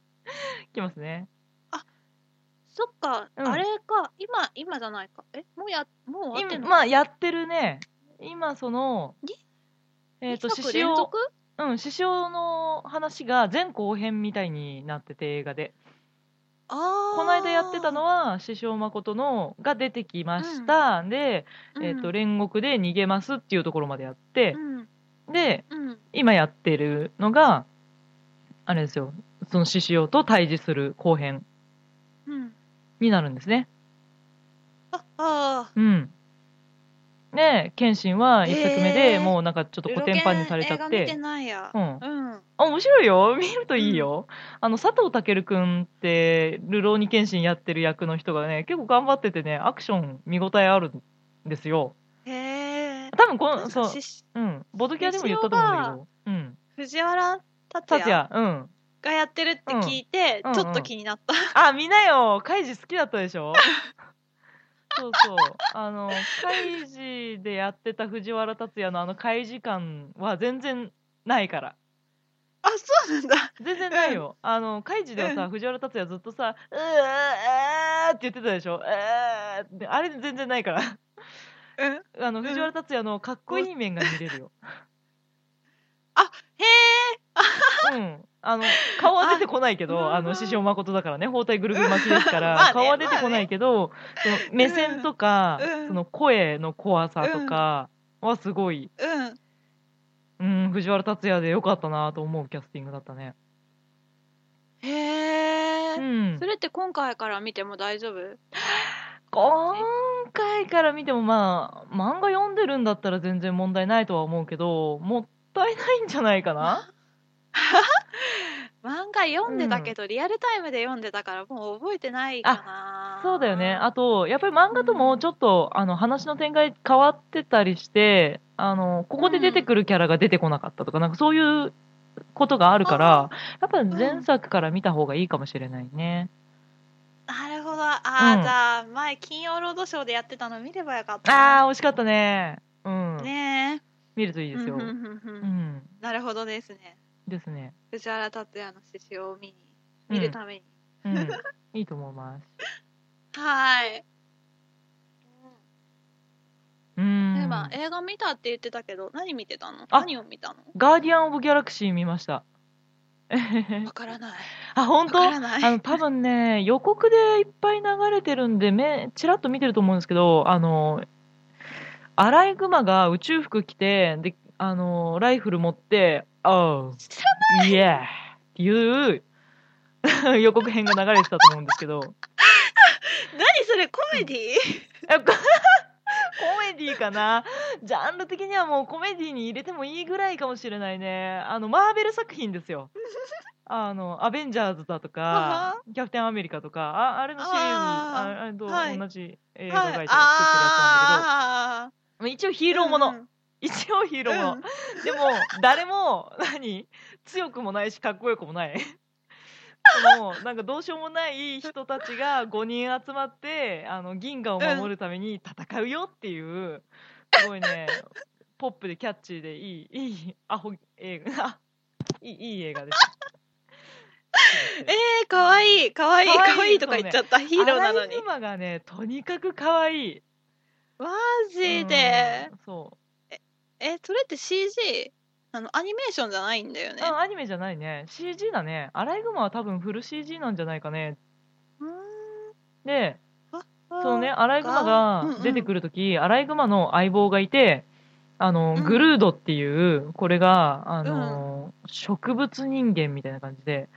Speaker 3: きますね。
Speaker 2: そっか、
Speaker 3: うん
Speaker 2: あれか、今、今じゃないか。え、もうや、もう終わって
Speaker 3: 今、
Speaker 2: んの
Speaker 3: まあ、やってるね。今、その
Speaker 2: に、
Speaker 3: えっ、と、
Speaker 2: 二
Speaker 3: 獅
Speaker 2: 作
Speaker 3: 子
Speaker 2: 連
Speaker 3: 王
Speaker 2: 続、
Speaker 3: うん、獅子王の話が前後編みたいになってて、映画で。
Speaker 2: あー
Speaker 3: この間やってたのは、師匠誠のが出てきました。で、えっ、と、煉獄で逃げますっていうところまでやって
Speaker 2: う、ん、
Speaker 3: で、
Speaker 2: うん、うん。
Speaker 3: 今やってるのが、あれですよ、その獅子王と対峙する後編
Speaker 2: うん。
Speaker 3: になるんですね。
Speaker 2: あ、あ
Speaker 3: うん。で、謙信は一作目
Speaker 2: へ
Speaker 3: で
Speaker 2: ー
Speaker 3: もうなんかちょっと
Speaker 2: ー、
Speaker 3: コテンパンにされちゃ
Speaker 2: ルロ
Speaker 3: っ
Speaker 2: ケン映画見
Speaker 3: て。
Speaker 2: てないや。
Speaker 3: うん。
Speaker 2: うん。
Speaker 3: あ、面白いよ。 見るといいよ。あの、佐藤健くんって、流浪に謙信やってる役の人がね、結構頑張っててね、アクション見応えあるんですよ。
Speaker 2: へえ。
Speaker 3: 多分こ
Speaker 2: なん
Speaker 3: の、
Speaker 2: か
Speaker 3: そう、
Speaker 2: し
Speaker 3: うん。ボドキャでも言ったと思うんだけど。うん。
Speaker 2: 藤原竜
Speaker 3: 達
Speaker 2: 也
Speaker 3: 也、うん。
Speaker 2: がやってるって聞いて、
Speaker 3: うん
Speaker 2: ちょっと気になった。
Speaker 3: あ、見なよカイジ好きだったでしょそうそう。あの、カイジでやってた藤原竜也のあのカイジ感は全然ないから。
Speaker 2: あ、そうなんだ。
Speaker 3: 全然ないよ。あの、カイジでは
Speaker 2: う
Speaker 3: さ、藤原竜也ずっとさ、うーうーって言ってたでしょうーってあれ全然ないから。
Speaker 2: うん。
Speaker 3: あの、藤原竜也のかっこいい面が見れるよ。
Speaker 2: へ
Speaker 3: うん。あの、顔は出てこないけど、
Speaker 2: あ
Speaker 3: あの、師匠誠だからね、包帯ぐるぐる巻きですか
Speaker 2: まあ
Speaker 3: ら
Speaker 2: ね、
Speaker 3: 顔は出てこないけど、その目線とか
Speaker 2: うん、
Speaker 3: その声の怖さとかはすごい、
Speaker 2: え。うん。
Speaker 3: うん、藤原竜也でよかったなと思うキャスティングだったね。
Speaker 2: へ
Speaker 3: う
Speaker 2: え。
Speaker 3: ん
Speaker 2: そ。れって今回から見ても大丈夫
Speaker 3: 今回から見てもまあ、漫画読んでるんだったら全然問題ないとは思うけど、もったいないんじゃないかな
Speaker 2: 漫画読んでたけど、リアルタイムで読んでたからもう覚えてないかな
Speaker 3: そうだよね。あと、やっぱり漫画ともちょっと、あの、話の展開変わってたりして、あの、ここで出てくるキャラが出てこなかったとか、なんかそういうことがあるから、やっぱ前作から見た方がいいかもしれないね。
Speaker 2: なるほどあー、
Speaker 3: うん
Speaker 2: じゃあ前金曜ロードショーでやってたの見ればよかったな
Speaker 3: ああ、惜しかったね。うん。
Speaker 2: ね
Speaker 3: 見るとい
Speaker 2: え
Speaker 3: いですよ。
Speaker 2: うんう
Speaker 3: うん
Speaker 2: うんうん
Speaker 3: ん。
Speaker 2: なるほどですね
Speaker 3: ですね。
Speaker 2: 藤原竜也の獅子王を見に
Speaker 3: うん
Speaker 2: 見るために、
Speaker 3: うん。いいと思います。
Speaker 2: はーい、
Speaker 3: う。
Speaker 2: うん今映画見たって言ってたけど何見てたの
Speaker 3: あ
Speaker 2: 何を見たの
Speaker 3: ガーディアン・オブ・ギャラクシー見ました。
Speaker 2: わからない
Speaker 3: あ、本
Speaker 2: わ
Speaker 3: 当
Speaker 2: からない
Speaker 3: あの、多分ね、予告でいっぱい流れてるんで、め、ちらっと見てると思うんですけど、あの、アライグマが宇宙服着て、で、あの、ライフル持って、おう、イエーっていう 予告編が流れてたと思うんですけど、
Speaker 2: 何それコメディ
Speaker 3: えこコメディかなジャンル的にはもうコメディに入れてもいいぐらいかもしれないね。あの、マーベル作品です よ。あの、アベンジャーズだとか、キャプテンアメリカとか、ああれのシリーズ、
Speaker 2: あー
Speaker 3: ああれと
Speaker 2: はい
Speaker 3: 同じ映画会社で作ってるやつなんだけど、
Speaker 2: あ
Speaker 3: まあ一応ヒーローもの。
Speaker 2: うんうん
Speaker 3: 一応ヒーローもの。
Speaker 2: うん
Speaker 3: でも、誰も、何強くもないし、かっこよくもない。もうなんかどうしようもない人たちが5人集まってあの銀河を守るために戦うよっていう、すごいねポップでキャッチーでいいいいアホ映画 あいいいい映画です。
Speaker 2: えー、かわいい、かわいい、
Speaker 3: かわいい
Speaker 2: かわいいとか言っちゃった、ヒーローなの
Speaker 3: ア
Speaker 2: に
Speaker 3: ライ。グマがねとにかく可愛い。
Speaker 2: マジで
Speaker 3: う。んそ
Speaker 2: え、それって CG? あの、アニメーションじゃないんだよ
Speaker 3: う、
Speaker 2: ね。
Speaker 3: あアニメじゃないね CG だねアライグマは多分フル CG なんじゃないかね
Speaker 2: うーん
Speaker 3: で
Speaker 2: あー
Speaker 3: そのね、アライグマが出てくるとき、アライグマの相棒がいて、あの、
Speaker 2: うん
Speaker 3: グルードっていう、これが、あの、植物人間みたいな感じで、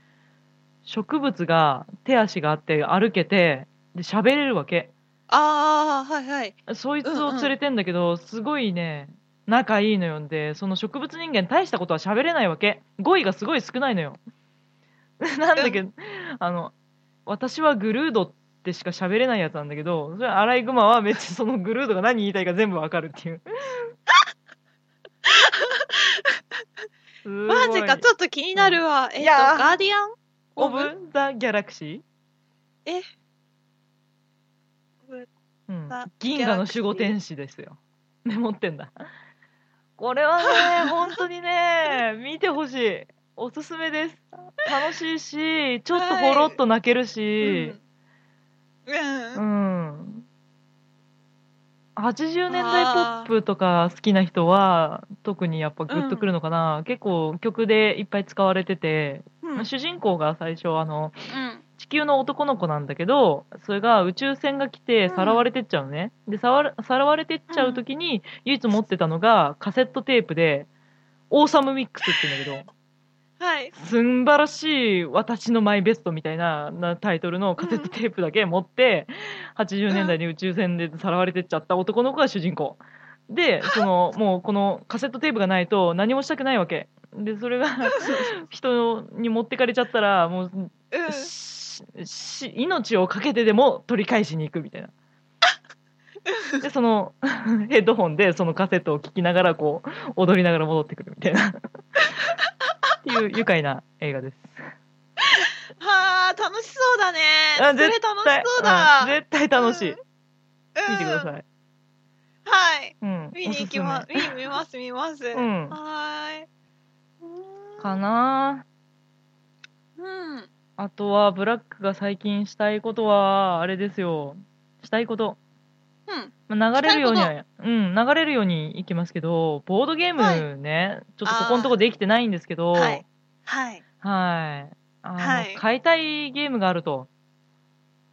Speaker 3: 植物が手足があって歩けて、で、喋れるわけ。
Speaker 2: あー、はいはい。
Speaker 3: そいつを連れてんだけど、すごいね、仲いいのよんで、その植物人間大したことは喋れないわけ。語彙がすごい少ないのよ。 なんだけど、あの、私はグルードってしか喋れないやつなんだけど、それアライグマはめっちゃそのグルードが何言いたいか全部わかるって いう。すごい
Speaker 2: マジか、ちょっと気になるわ。えっと、
Speaker 3: いやー
Speaker 2: ガーディアン
Speaker 3: オブ・ザ・ギャラクシー、うん
Speaker 2: ザ、
Speaker 3: 銀河の守護天使ですよ。メモってんだ。これは ね、本当にね、見てほしい。おすすめです。楽しいし、ちょっとほろっと泣けるし、
Speaker 2: うん
Speaker 3: う
Speaker 2: うん。
Speaker 3: ん。80年代ポップとか好きな人は、特にやっぱグッとくるのかな。結構曲でいっぱい使われてて、
Speaker 2: うん。
Speaker 3: 主人公が最初、あの、地球の男の子なんだけど、それが宇宙船が来て
Speaker 2: うん
Speaker 3: さらわれてっちゃうのね。でさわ、さらわれてっちゃうときに、唯一持ってたのがカセットテープで、オーサムミックスって言うんだけ
Speaker 2: はい。
Speaker 3: ど、すんばらしい私のマイベストみたいななタイトルのカセットテープだけ持って、80年代に宇宙船でさらわれてっちゃった男の子が主人公。で、そ の、もうこのカセットテープがないと何もしたくないわけ。で、それ が人に持ってかれちゃったら、もう
Speaker 2: うん。
Speaker 3: しし命を懸けてでも取り返しに行くみたいな。で、その ヘッドホンでそのカセットを聴きながらこう踊りながら戻ってくるみたいな。っていう愉快な映画です。
Speaker 2: はあ、楽しそうだね。
Speaker 3: あ
Speaker 2: それ楽しそうだ。
Speaker 3: うん絶対楽しい。
Speaker 2: うん
Speaker 3: 見てください。
Speaker 2: はい。
Speaker 3: うん。
Speaker 2: 見に行きます。見に見ます、見ます。
Speaker 3: おすすめ。うん。
Speaker 2: はーい。う
Speaker 3: かな
Speaker 2: ーんうん。
Speaker 3: あとは、ブラックが最近したいことは、あれですよ。したいこと。
Speaker 2: うん。
Speaker 3: まあ流れるように
Speaker 2: した
Speaker 3: は、うん、流れるようにいきますけど、ボードゲームね、ちょっとここのとこできてないんですけど、は
Speaker 2: はいい。。はい。
Speaker 3: はい。あの、
Speaker 2: はい
Speaker 3: 買いたいゲームがあると。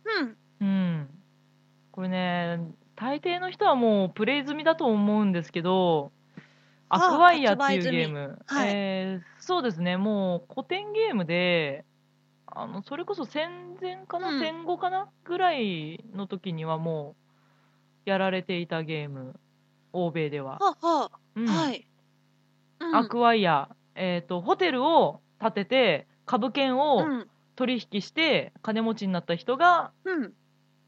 Speaker 2: うん。
Speaker 3: うん。これね、大抵の人はもうプレイ済みだと思うんですけど、ア
Speaker 2: あ
Speaker 3: クワイアっていう
Speaker 2: 発売済み
Speaker 3: ゲーム。
Speaker 2: はい
Speaker 3: えーそうですね、もう古典ゲームで、あの、それこそ戦前かな、
Speaker 2: うん
Speaker 3: 戦後かなぐらいの時にはもう、やられていたゲーム、欧米では。
Speaker 2: はあは
Speaker 3: うん
Speaker 2: あ。はい。うん
Speaker 3: アクワイア、えっ、と、ホテルを建てて、株券を
Speaker 2: うん。
Speaker 3: 取引して、金持ちになった人が
Speaker 2: うん。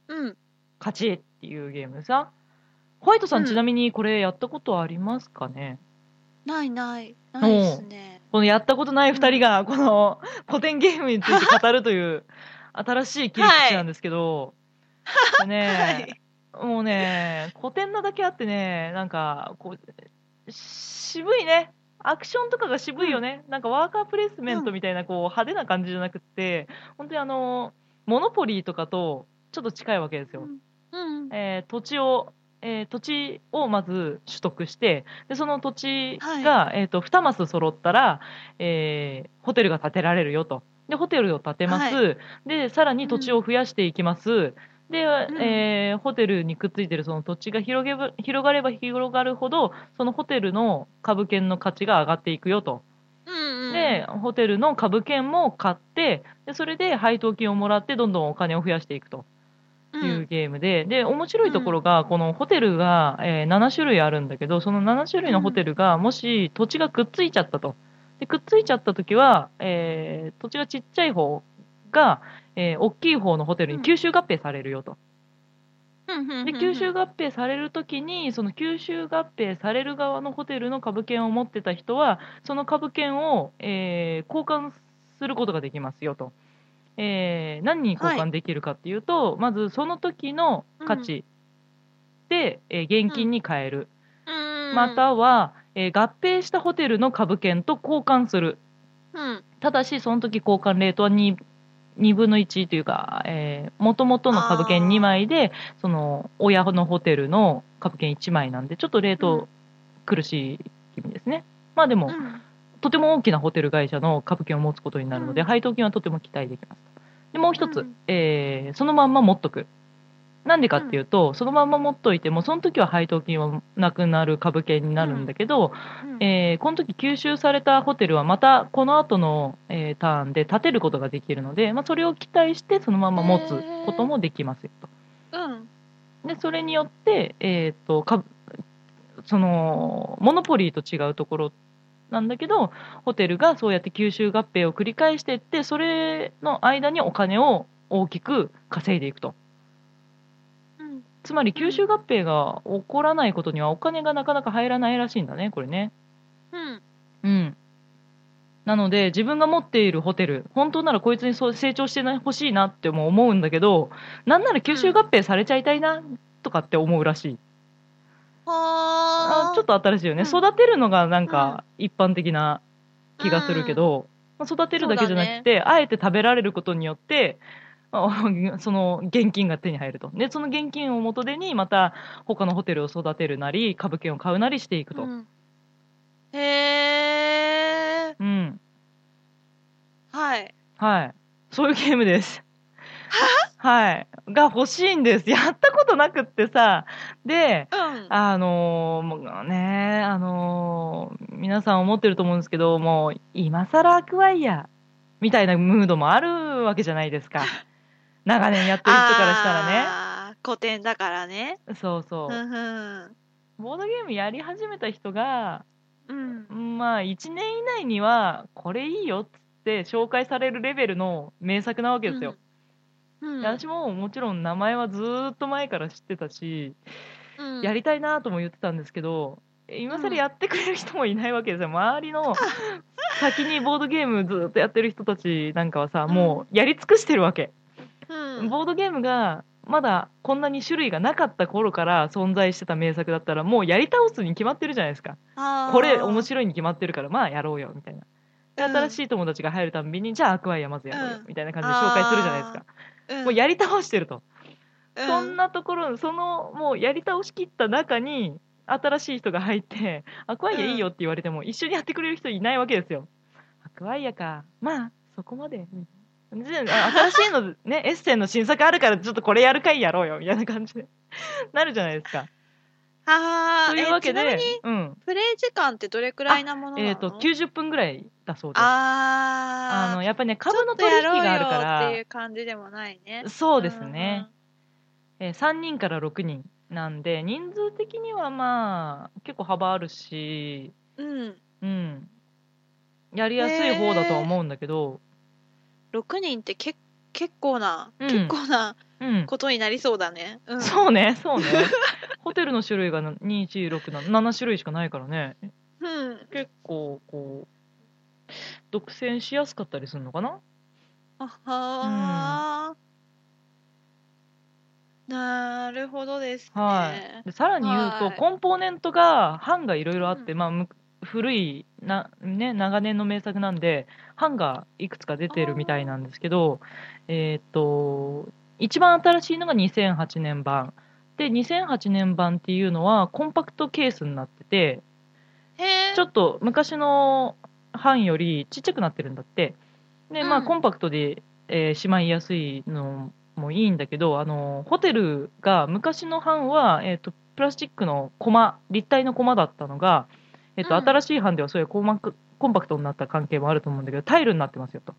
Speaker 2: うん。
Speaker 3: 勝ちっていうゲームさ。ホワイトさん、
Speaker 2: うん
Speaker 3: ちなみにこれやったことありますかね
Speaker 2: ないない。ないですね。
Speaker 3: このやったことない二人が、この古典ゲームについて語ると いう新しい切り口なんですけど、これね、 もうね、古典なだけあってね、なんか、こう、渋いね。アクションとかが渋いよね。なんかワーカープレイスメントみたいな、こう、派手な感じじゃなくって、本当にあの、モノポリーとかとちょっと近いわけですよ。
Speaker 2: うん。
Speaker 3: えー土地を、えー土地をまず取得して、でその土地が、えー、と2マス揃ったら、えーホテルが建てられるよと。で、ホテルを建てます。
Speaker 2: は
Speaker 3: で、さらに土地を増やしていきます。で、
Speaker 2: ん
Speaker 3: えーホテルにくっついてるその土地が広げば広がれば広がるほど、そのホテルの株券の価値が上がっていくよと。
Speaker 2: うん。
Speaker 3: で、ホテルの株券も買って、でそれで配当金をもらって、どんどんお金を増やしていくと。
Speaker 2: う、
Speaker 3: いうんゲームで、で、面白いところが、このホテルが、えー7種類あるんだけど、その7種類のホテルが、もし土地がくっついちゃったと。で、くっついちゃった時は、えー土地がちっちゃい方が、えー大きい方のホテルに吸収合併されるよと。
Speaker 2: うん。
Speaker 3: で、吸収合併される時に、その吸収合併される側のホテルの株券を持ってた人は、その株券を、えー交換することができますよと。えー何に交換できるかっていうと、まずその時の価値で、えー現金に変える、
Speaker 2: うん
Speaker 3: または、えー合併したホテルの株券と交換する
Speaker 2: うん
Speaker 3: ただしその時交換レートは 2, 2分の1というか、えー、元々の株券
Speaker 2: あー
Speaker 3: 2枚でその親のホテルの株券1枚なんでちょっとレート苦しい気味ですね、まあでも、
Speaker 2: うん
Speaker 3: とても大きなホテル会社の株券を持つことになるので、
Speaker 2: うん
Speaker 3: 配当金はとても期待できます。でもう一つ、
Speaker 2: うん
Speaker 3: えーそのまんま持っとく。なんでかっていうと、そのまんま持っといても、その時は配当金はなくなる株券になるんだけど、
Speaker 2: うん
Speaker 3: えーこの時吸収されたホテルはまたこの後の、えーターンで建てることができるので、まあ、それを期待してそのまま持つこともできますよと。
Speaker 2: うん
Speaker 3: でそれによって、えー、とかそのモノポリーと違うところなんだけどホテルがそうやって吸収合併を繰り返していってそれの間にお金を大きく稼いでいくと
Speaker 2: うん
Speaker 3: つまり吸収合併が起こらないことにはお金がなかなか入らないらしいんだねこれね
Speaker 2: うん
Speaker 3: うんなので自分が持っているホテル本当ならこいつにそう成長してほしいなっても思うんだけどなんなら吸収合併されちゃいたいなとかって思うらしい
Speaker 2: は
Speaker 3: あ
Speaker 2: あ
Speaker 3: ちょっと新しいよね、
Speaker 2: うん
Speaker 3: 育てるのがなんか一般的な気がするけど、まあ育てるだけじゃな
Speaker 2: そ
Speaker 3: く
Speaker 2: う
Speaker 3: て、あえて食べられることによって、まあ その現金が手に入るとでその現金を元手にまた他のホテルを育てるなり株券を買うなりしていくと、う
Speaker 2: うんんへえはい
Speaker 3: はいそういうゲームです。はい、が欲しいんですやったことなくってさで、
Speaker 2: うん
Speaker 3: あのーもうね、あのー皆さん思ってると思うんですけど、もう、今更アクワイア、みたいなムードもあるわけじゃない ですか。長年やってる人からしたら
Speaker 2: らね古典だからね
Speaker 3: ね。そうそうう。
Speaker 2: んうん
Speaker 3: ボードゲームやり始めた人が、
Speaker 2: うん
Speaker 3: まあ、1年以内には、これいいよっつって紹介されるレベルの名作なわけですよ。
Speaker 2: うん
Speaker 3: で私ももちろん名前はずーっと前から知ってたし、
Speaker 2: うん
Speaker 3: やりたいなとも言ってたんですけど、今更やってくれる人もいないわけですよ、周りの 先にボードゲームずっとやってる人たちなんかはさ、
Speaker 2: うん
Speaker 3: もうやり尽くしてるわけ、
Speaker 2: うん
Speaker 3: ボードゲームがまだこんなに種類がなかった頃から存在してた名作だったら、もうやり倒すに決まってるじゃないですか、
Speaker 2: あー
Speaker 3: これ面白いに決まってるから、まあやろうよみたいな。で
Speaker 2: うん
Speaker 3: 新しい友達が入るたんびに、じゃあアクアイアまずやろうよ
Speaker 2: うん
Speaker 3: みたいな感じで紹介するじゃないですか、
Speaker 2: うん
Speaker 3: もうやり倒してると、
Speaker 2: うん
Speaker 3: そんなところ、そのもうやり倒しきった中に、新しい人が入って、アクアイアいいよって言われても、一緒にやってくれる人いないわけですよ。アクアイアか、まあ、そこまで。じゃあ新しいの、ね、エッセンの新作あるから、ちょっとこれやるかいやろうよ、みたいな感じでなるじゃないですか。
Speaker 2: ああ
Speaker 3: というわけ
Speaker 2: ちな
Speaker 3: で
Speaker 2: みに、
Speaker 3: うん。
Speaker 2: プレイ時間ってどれくらいなものなの
Speaker 3: えっ、と、90分ぐらいだそうです。
Speaker 2: あ
Speaker 3: あ
Speaker 2: ー
Speaker 3: の、やっぱりね、
Speaker 2: ちょっ
Speaker 3: 株の
Speaker 2: と
Speaker 3: 取引
Speaker 2: やろう
Speaker 3: がある
Speaker 2: よってい
Speaker 3: か
Speaker 2: う感じでもないね
Speaker 3: ら、そうですね。えー3人から6人なんで人数的にはまあ結構幅あるし、
Speaker 2: うんうんうん
Speaker 3: うん、やりやすい方だとは思うんだけど、
Speaker 2: 6人ってけ結構な、
Speaker 3: うん
Speaker 2: 結構な
Speaker 3: うん、
Speaker 2: ことになりそうだね、うん、
Speaker 3: そうねそうねホテルの種類が2167種類しかないからね
Speaker 2: うん
Speaker 3: 結構こう独占しやすかったりするのかな
Speaker 2: あはーなるほどですね、
Speaker 3: はい、でさらに言うと、
Speaker 2: はい
Speaker 3: コンポーネントが版がいろいろあって、
Speaker 2: うん
Speaker 3: まあ、む古いな、ね、長年の名作なんで版がいくつか出てるみたいなんですけど、えーっと一番新しいのが2008年版で2008年版っていうのはコンパクトケースになってて
Speaker 2: へえ
Speaker 3: ちょっと昔の版よりちっちゃくなってるんだってで、まあ、
Speaker 2: うん
Speaker 3: コンパクトで、えーしまいやすいのもいいんだけどあのホテルが昔の版は、えー、とプラスチックのコマ立体のコマだったのが、えーと
Speaker 2: うん
Speaker 3: 新しい版ではそういうコマクコンパクトになった関係もあると思うんだけどタイルになってますよと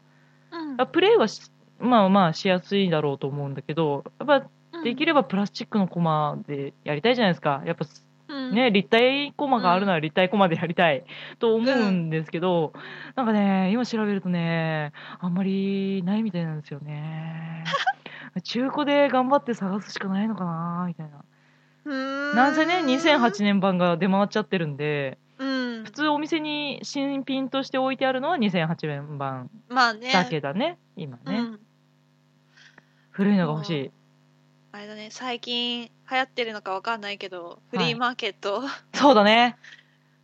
Speaker 2: うん
Speaker 3: あプレイはしまあまあしやすいだろうと思うんだけどやっぱできればプラスチックのコマでやりたいじゃないですかやっぱ
Speaker 2: うん
Speaker 3: ね、立体コマがあるなら立体コマでやりたいと思うんですけど、なんかね、今調べるとね、あんまりないみたいなんですよ ね。中古で頑張って探すしかないのかなみたいな。
Speaker 2: うーん
Speaker 3: なんせね、2008年版が出回っちゃってるんで、
Speaker 2: うん
Speaker 3: 普通お店に新品として置いてあるのは2008年版
Speaker 2: まあね
Speaker 3: だけだね、今ね。
Speaker 2: うん
Speaker 3: 古いのが欲しい。
Speaker 2: あれだね、最近流行ってるのかわかんないけど、フリーマーケット。
Speaker 3: そうだね。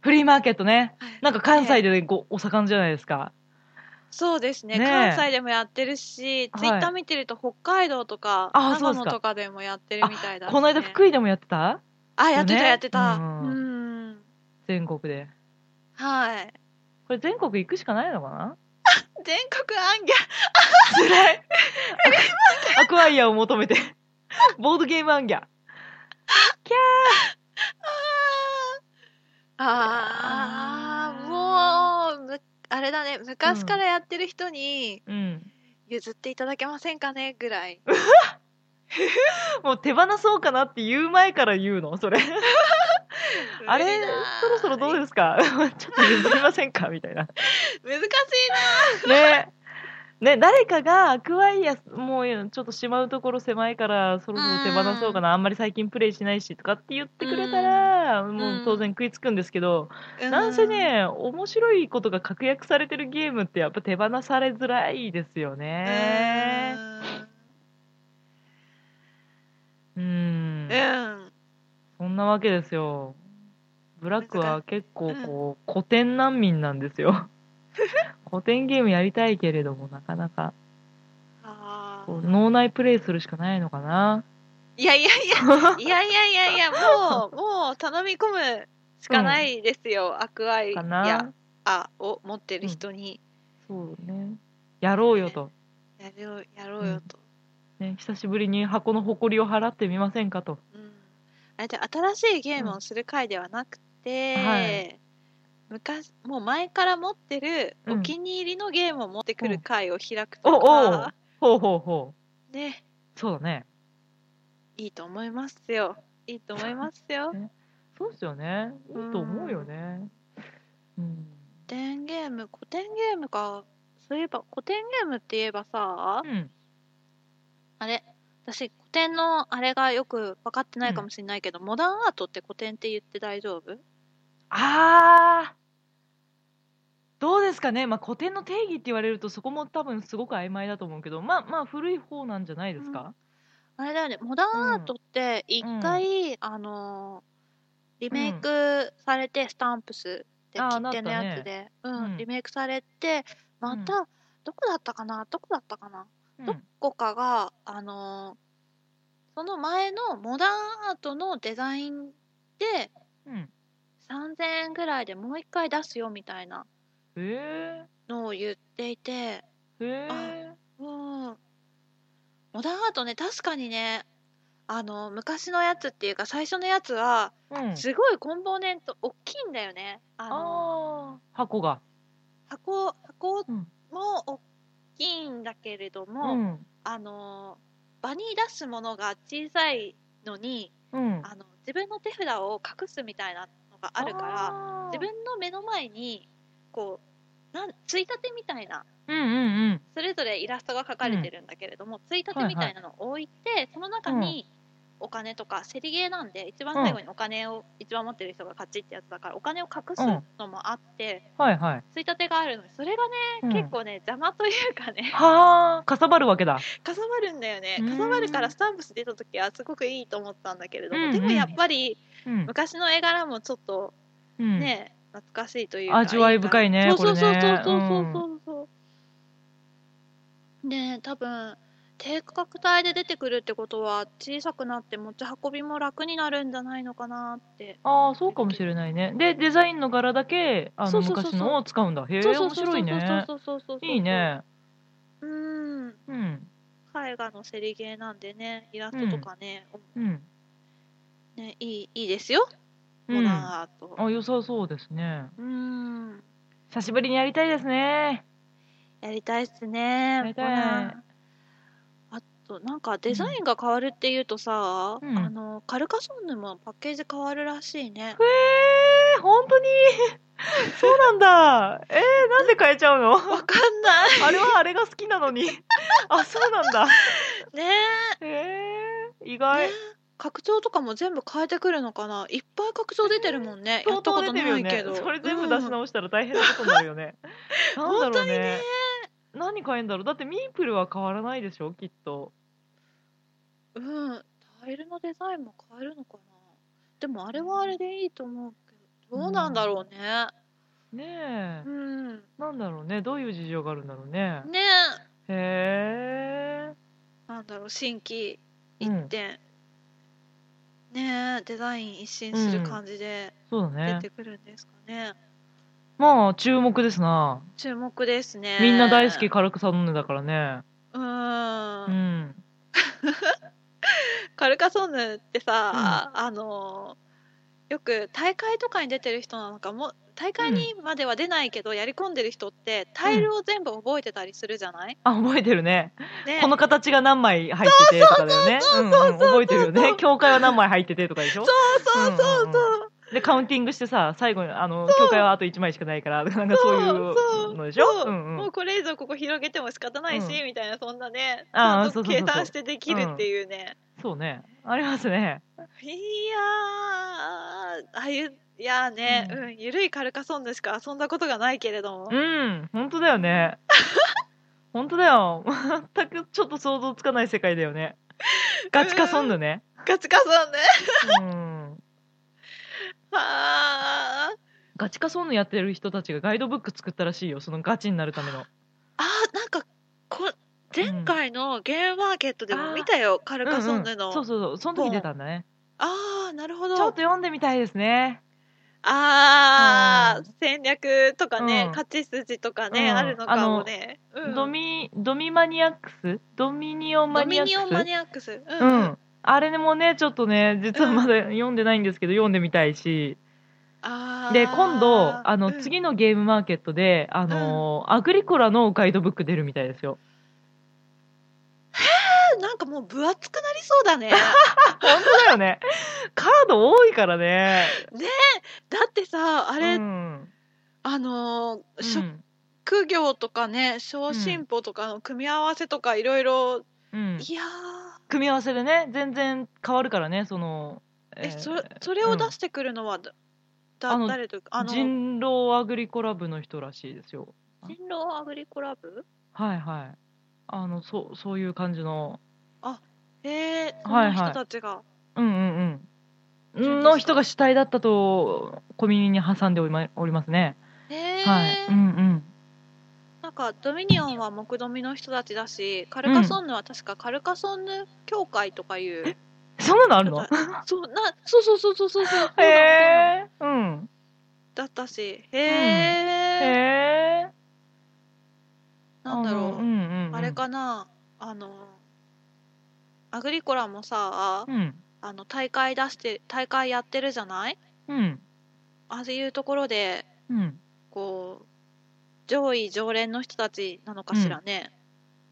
Speaker 3: フリーマーケットね。なんか関西でごお盛んじゃないですか。
Speaker 2: そうですね
Speaker 3: ねえ
Speaker 2: 関西でもやってるし、
Speaker 3: はい
Speaker 2: ツイッター見てると北海道とか、
Speaker 3: あそう
Speaker 2: 長
Speaker 3: ですか
Speaker 2: 野とかでもやってるみたいだ、ね。
Speaker 3: この間福井でもやってた
Speaker 2: あ、 やって
Speaker 3: よ
Speaker 2: た、
Speaker 3: ね
Speaker 2: やってた。
Speaker 3: う
Speaker 2: うんん。
Speaker 3: 全国で。
Speaker 2: はい。
Speaker 3: これ全国行くしかないのかな
Speaker 2: 全国アンギャ
Speaker 3: 辛い。 アクアイアを求めて。ボードゲームアンギャ。
Speaker 2: あー、もう、むあれだね、昔からやってる人に
Speaker 3: うん。
Speaker 2: 譲っていただけませんかねぐらい。
Speaker 3: もう手放そうかなって言う前から言うのそれ。あれ、そろそろどう
Speaker 2: す
Speaker 3: ですか ちょっと譲りませんかみたいな。
Speaker 2: 難しい
Speaker 3: ね。ね、誰かがアクアイア、もうちょっとしまうところ狭いから、そろそろ手放そうかな、あんまり最近プレイしないしとかって言ってくれたら、もう当然食いつくんですけど、
Speaker 2: な。
Speaker 3: なんせね、面白いことが確約されてるゲームってやっぱ手放されづらいですよ
Speaker 2: うん、
Speaker 3: ね。うん
Speaker 2: う。ん。うん。
Speaker 3: そんなわけですよ。ブラックは結構
Speaker 2: 難しい
Speaker 3: こう、古典難民なんです よ。古典ゲームやりたいけれども、なかなか。
Speaker 2: あ
Speaker 3: こ
Speaker 2: ー
Speaker 3: う脳内プレイするしかないのかな。
Speaker 2: いやいやいや、 いやいやいやいや、もう、もう頼み込むしかないですよ、アクアイ
Speaker 3: か
Speaker 2: ア
Speaker 3: な。
Speaker 2: あを持ってる人に、
Speaker 3: そうね。やろうよと。
Speaker 2: やろうやろうよと。
Speaker 3: ね、久しぶりに箱の誇りを払ってみませんかと。
Speaker 2: うんあで新しいゲームをする回ではなくて、
Speaker 3: うんはい
Speaker 2: 昔もう前から持ってる
Speaker 3: うん
Speaker 2: お気に入りのゲームを持ってくる回を開く
Speaker 3: おお
Speaker 2: と
Speaker 3: う
Speaker 2: か、
Speaker 3: ほうほうほ
Speaker 2: ね、
Speaker 3: う。そうだね。。
Speaker 2: いいと思いますよ。いいと思います よ
Speaker 3: そうですよね。いいと思うよね。うん。
Speaker 2: 古典ゲーム、古典ゲームか。そういえば、古典ゲームって言えばさ、
Speaker 3: うん。
Speaker 2: あれ、私、古典のあれがよく分かってないかもしれないけど、モダンアートって古典って言って大丈夫
Speaker 3: あー。どうですかね、まあ、古典の定義って言われるとそこも多分すごく曖昧だと思うけどまあまあ古い方なんじゃないですか、
Speaker 2: あれだよね、モダンアートって一回、あのーリメイクされて、スタンプスで
Speaker 3: あー
Speaker 2: 切手のやつで、うん
Speaker 3: うん
Speaker 2: リメイクされてまた、どこだったかなどこだったかな、
Speaker 3: うん
Speaker 2: どっこかがあのーその前のモダンアートのデザインで
Speaker 3: うん、
Speaker 2: 3000円ぐらいでもう一回出すよみたいな
Speaker 3: へ
Speaker 2: のを言っていて
Speaker 3: えへえ
Speaker 2: うんモダンアートね確かにねあの昔のやつっていうか最初のやつは
Speaker 3: うん
Speaker 2: すごいコンポーネント大きいんだよね。あの
Speaker 3: あー箱が
Speaker 2: 箱箱
Speaker 3: うん
Speaker 2: も大きいんだけれど
Speaker 3: う
Speaker 2: も、
Speaker 3: ん
Speaker 2: あの場に出すものが小さいのに
Speaker 3: うん
Speaker 2: あの自分の手札を隠すみたいなのがあるから
Speaker 3: ら
Speaker 2: 自分の目の前にこうなんついたてみたいな
Speaker 3: うんうんうん
Speaker 2: それぞれイラストが描かれてるんだけれども、ついたてみたいなのを置いて、その中にお金とか競りゲーなんで一番最後にお金を一番持ってる人が勝ちってやつだからお金を隠すのもあって、
Speaker 3: はいはい、
Speaker 2: ついたてがあるのにそれがね、
Speaker 3: うん
Speaker 2: 結構ね邪魔というかね
Speaker 3: はあかさばるわけだ
Speaker 2: かさばるんだよね
Speaker 3: うん
Speaker 2: かさばるからスタンプス出た時はすごくいいと思ったんだけれども、
Speaker 3: うんうん
Speaker 2: でもやっぱり
Speaker 3: うん、
Speaker 2: 昔の絵柄もちょっと
Speaker 3: うん、
Speaker 2: ね、懐かしいというか
Speaker 3: 味わい深いね
Speaker 2: そうそうそう
Speaker 3: これ
Speaker 2: そう
Speaker 3: ね
Speaker 2: そうそうそうそう、ねえ多分低価格帯で出てくるってことは小さくなって持ち運びも楽になるんじゃないのかなって
Speaker 3: ああそうかもしれないねでデザインの柄だけあ
Speaker 2: そ
Speaker 3: の
Speaker 2: うそうそうそう
Speaker 3: 昔のを使うんだへえ
Speaker 2: そうそ
Speaker 3: 面
Speaker 2: うそうそ
Speaker 3: 白
Speaker 2: う
Speaker 3: いね
Speaker 2: そうそうそうそう
Speaker 3: いいね
Speaker 2: うん絵
Speaker 3: うん
Speaker 2: 画のセリゲーなんでねイラストとかね,、
Speaker 3: うん
Speaker 2: ねいいいいですよ
Speaker 3: う
Speaker 2: モ
Speaker 3: ん
Speaker 2: ダン
Speaker 3: あ
Speaker 2: アート
Speaker 3: 良さそうですね
Speaker 2: うん
Speaker 3: 久しぶりにやりたいですね
Speaker 2: やりたいっすね
Speaker 3: やりたい
Speaker 2: モダンあとなんかデザインが変わるっていうとさ、
Speaker 3: うん
Speaker 2: あのカルカソンヌもパッケージ変わるらしい ね
Speaker 3: へえ本当にそうなんだ えー、なんで変えちゃう の
Speaker 2: わかんない
Speaker 3: あれはあれが好きなの にあそうなんだ
Speaker 2: ね
Speaker 3: へえ意
Speaker 2: え、
Speaker 3: 外
Speaker 2: ね拡張とかも全部変えてくるのかないっぱい拡張出てるもんね、や
Speaker 3: 相
Speaker 2: った
Speaker 3: 当
Speaker 2: こと
Speaker 3: 出てるよ
Speaker 2: ないけ
Speaker 3: ね
Speaker 2: ど、。
Speaker 3: それ全部出し
Speaker 2: うん
Speaker 3: 直したら大変なことになるよ ね。なんだろうね。何変えんだろう。だってミープルは変わらないでしょ、きっと。
Speaker 2: うん、タイルのデザインも変えるのかな。でもあれはあれでいいと思うけど、どうなんだろうね。
Speaker 3: ねえ
Speaker 2: う、ん。
Speaker 3: なんだろうね、どういう事情があるんだろうね。
Speaker 2: ねえ、
Speaker 3: へえ、
Speaker 2: なんだろう、新規
Speaker 3: う
Speaker 2: 一
Speaker 3: ん
Speaker 2: 点。ねえ、デザイン一新する感じで
Speaker 3: そうだ
Speaker 2: 出
Speaker 3: ね。
Speaker 2: てくるんですかね。
Speaker 3: まあ、注目ですな。
Speaker 2: 注目ですね。
Speaker 3: みんな大好き、
Speaker 2: う
Speaker 3: 軽くサドンヌだからね。
Speaker 2: ー。
Speaker 3: うんん。
Speaker 2: カルカソンヌってさ、あのよく大会とかに出てる人なのかも大会にまでは出ないけど、やり込んでる人ってタイルを全部覚えてたりするじゃない、
Speaker 3: あ、覚えてるね。
Speaker 2: ね
Speaker 3: この形が何枚入っててとかだよね。うんうん覚えてるよね。教会は何枚入っててとかでしょそうそうそう
Speaker 2: そう
Speaker 3: で、カウンティングしてさ、最後に、あの、教会はあと1枚しかないから、なんかそういうのでしょ
Speaker 2: そ
Speaker 3: う
Speaker 2: う
Speaker 3: んう
Speaker 2: も
Speaker 3: ん
Speaker 2: う。これ以上ここ広げても仕方ないし、みたいなそんなねち
Speaker 3: あ
Speaker 2: ゃ
Speaker 3: ー
Speaker 2: んと
Speaker 3: そうそうそうそ
Speaker 2: 計
Speaker 3: う
Speaker 2: 算してできるっていうね
Speaker 3: そうね。ありますね。
Speaker 2: いやーああいういやーね、
Speaker 3: う
Speaker 2: うんんゆるいカルカソンヌしか遊んだことがないけれども、
Speaker 3: うん、本当だよ ね。本当だよ。全くちょっと想像つかない世界だよね。ガチカソンヌね。
Speaker 2: ガチカソンヌ
Speaker 3: うん。
Speaker 2: あー
Speaker 3: ガチカソンヌやってる人たちがガイドブック作ったらしいよ。そのガチになるための。
Speaker 2: あーなんかこ前回のゲームマーケットでも見たよ、カルカソンヌ
Speaker 3: うん
Speaker 2: の、
Speaker 3: うんそうそうそう。その時出たんだね。
Speaker 2: ああなるほ
Speaker 3: ち
Speaker 2: ど
Speaker 3: ょっと読んでみたいですね。
Speaker 2: ああ、
Speaker 3: うん
Speaker 2: 戦略とかね、
Speaker 3: うん
Speaker 2: 勝ち筋とかね、
Speaker 3: うん
Speaker 2: あるのかもね、うん
Speaker 3: ドミ、ドミマニアックスドミニオンマ
Speaker 2: ド
Speaker 3: ニ
Speaker 2: ミ
Speaker 3: アックス
Speaker 2: ニオンマニアックス、うん
Speaker 3: う、ん。 あれもね、ちょっとね、実はまだ読んでないんですけど、読んでみたいし。
Speaker 2: あー
Speaker 3: で、今度、あの、
Speaker 2: うん
Speaker 3: 次のゲームマーケットで、あのーアグリコラのガイドブック出るみたいですよ。
Speaker 2: なんかもう分厚くなりそう だね
Speaker 3: 本当だよ ね。カード多いからね。
Speaker 2: だってさあ
Speaker 3: あ
Speaker 2: れ、
Speaker 3: うん。
Speaker 2: あのー
Speaker 3: う
Speaker 2: 職
Speaker 3: ん
Speaker 2: 業とかね小進歩とかの組み合わせとかいろいろ
Speaker 3: うん
Speaker 2: いやー
Speaker 3: 組み合わせでね、全然変わるからね、その、
Speaker 2: え
Speaker 3: ー
Speaker 2: そそれを出してくるのはだ、だ
Speaker 3: あの
Speaker 2: 誰というかあの人
Speaker 3: 人狼アグリコラ部の人らしいですよ。
Speaker 2: 狼アグリコラブ
Speaker 3: はいはい。あの、そう、そういう感じの、
Speaker 2: へえそ
Speaker 3: はい
Speaker 2: の
Speaker 3: はい
Speaker 2: 人たちが、
Speaker 3: うんうん
Speaker 2: そうです
Speaker 3: うん。
Speaker 2: か
Speaker 3: の人が主体だったと、小耳に挟んでおりまおりますね。
Speaker 2: へえ、
Speaker 3: はい。うんうん。
Speaker 2: なんかドミニオンは木ドミの人たちだしカルカソンヌは確かカルカソンヌ協会とかいう、
Speaker 3: そんなのあるの
Speaker 2: なんかそうなそうそうそうそうそうそう
Speaker 3: へえ。うん。
Speaker 2: だったしへえ、
Speaker 3: へえ。
Speaker 2: なんだろう、
Speaker 3: あのうんうんうん。
Speaker 2: あれ。かなあのアグリコラもさ
Speaker 3: うん。
Speaker 2: あの大会出して大会やってるじゃない
Speaker 3: うん。
Speaker 2: ああいうところで
Speaker 3: うん。
Speaker 2: こう上位常連の人たちなのかしらね、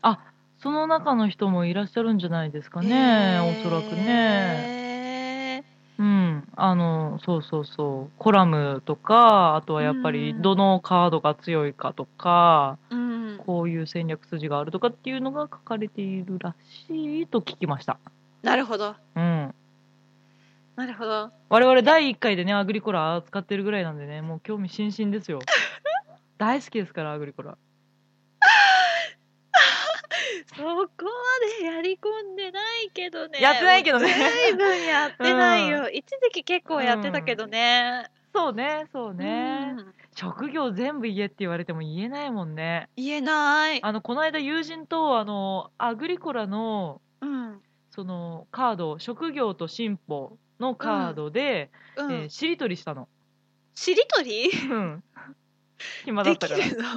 Speaker 3: あ、その中の人もいらっしゃるんじゃないですか
Speaker 2: へ
Speaker 3: ね。
Speaker 2: ー
Speaker 3: おそらくね。うん。あの、そうそうそう。コラムとか、あとはやっぱり、
Speaker 2: うん
Speaker 3: どのカードが強いかとか、
Speaker 2: うん
Speaker 3: こういう戦略筋があるとかっていうのが書かれているらしいと聞きました。
Speaker 2: なるほど
Speaker 3: うん。
Speaker 2: なるほど
Speaker 3: 我々第1回でね、アグリコラ扱ってるぐらいなんでね、もう興味津々ですよ。 大好きですから、アグリコラ。
Speaker 2: そこまでやり込んでないけどね。
Speaker 3: やってないけどね
Speaker 2: もう随分やってないよ。一時期結構やってたけどね。
Speaker 3: そうね、そうね。
Speaker 2: うん
Speaker 3: 職業全部言えって言われても言えないもんね。
Speaker 2: 言えない。
Speaker 3: あの、この間友人と、あの、アグリコラの、
Speaker 2: うん。
Speaker 3: その、カード、職業と進歩のカードで、
Speaker 2: うん。
Speaker 3: えーしりとりしたの。
Speaker 2: しりとり
Speaker 3: うん。暇だ
Speaker 2: で
Speaker 3: った
Speaker 2: き
Speaker 3: から。
Speaker 2: るの。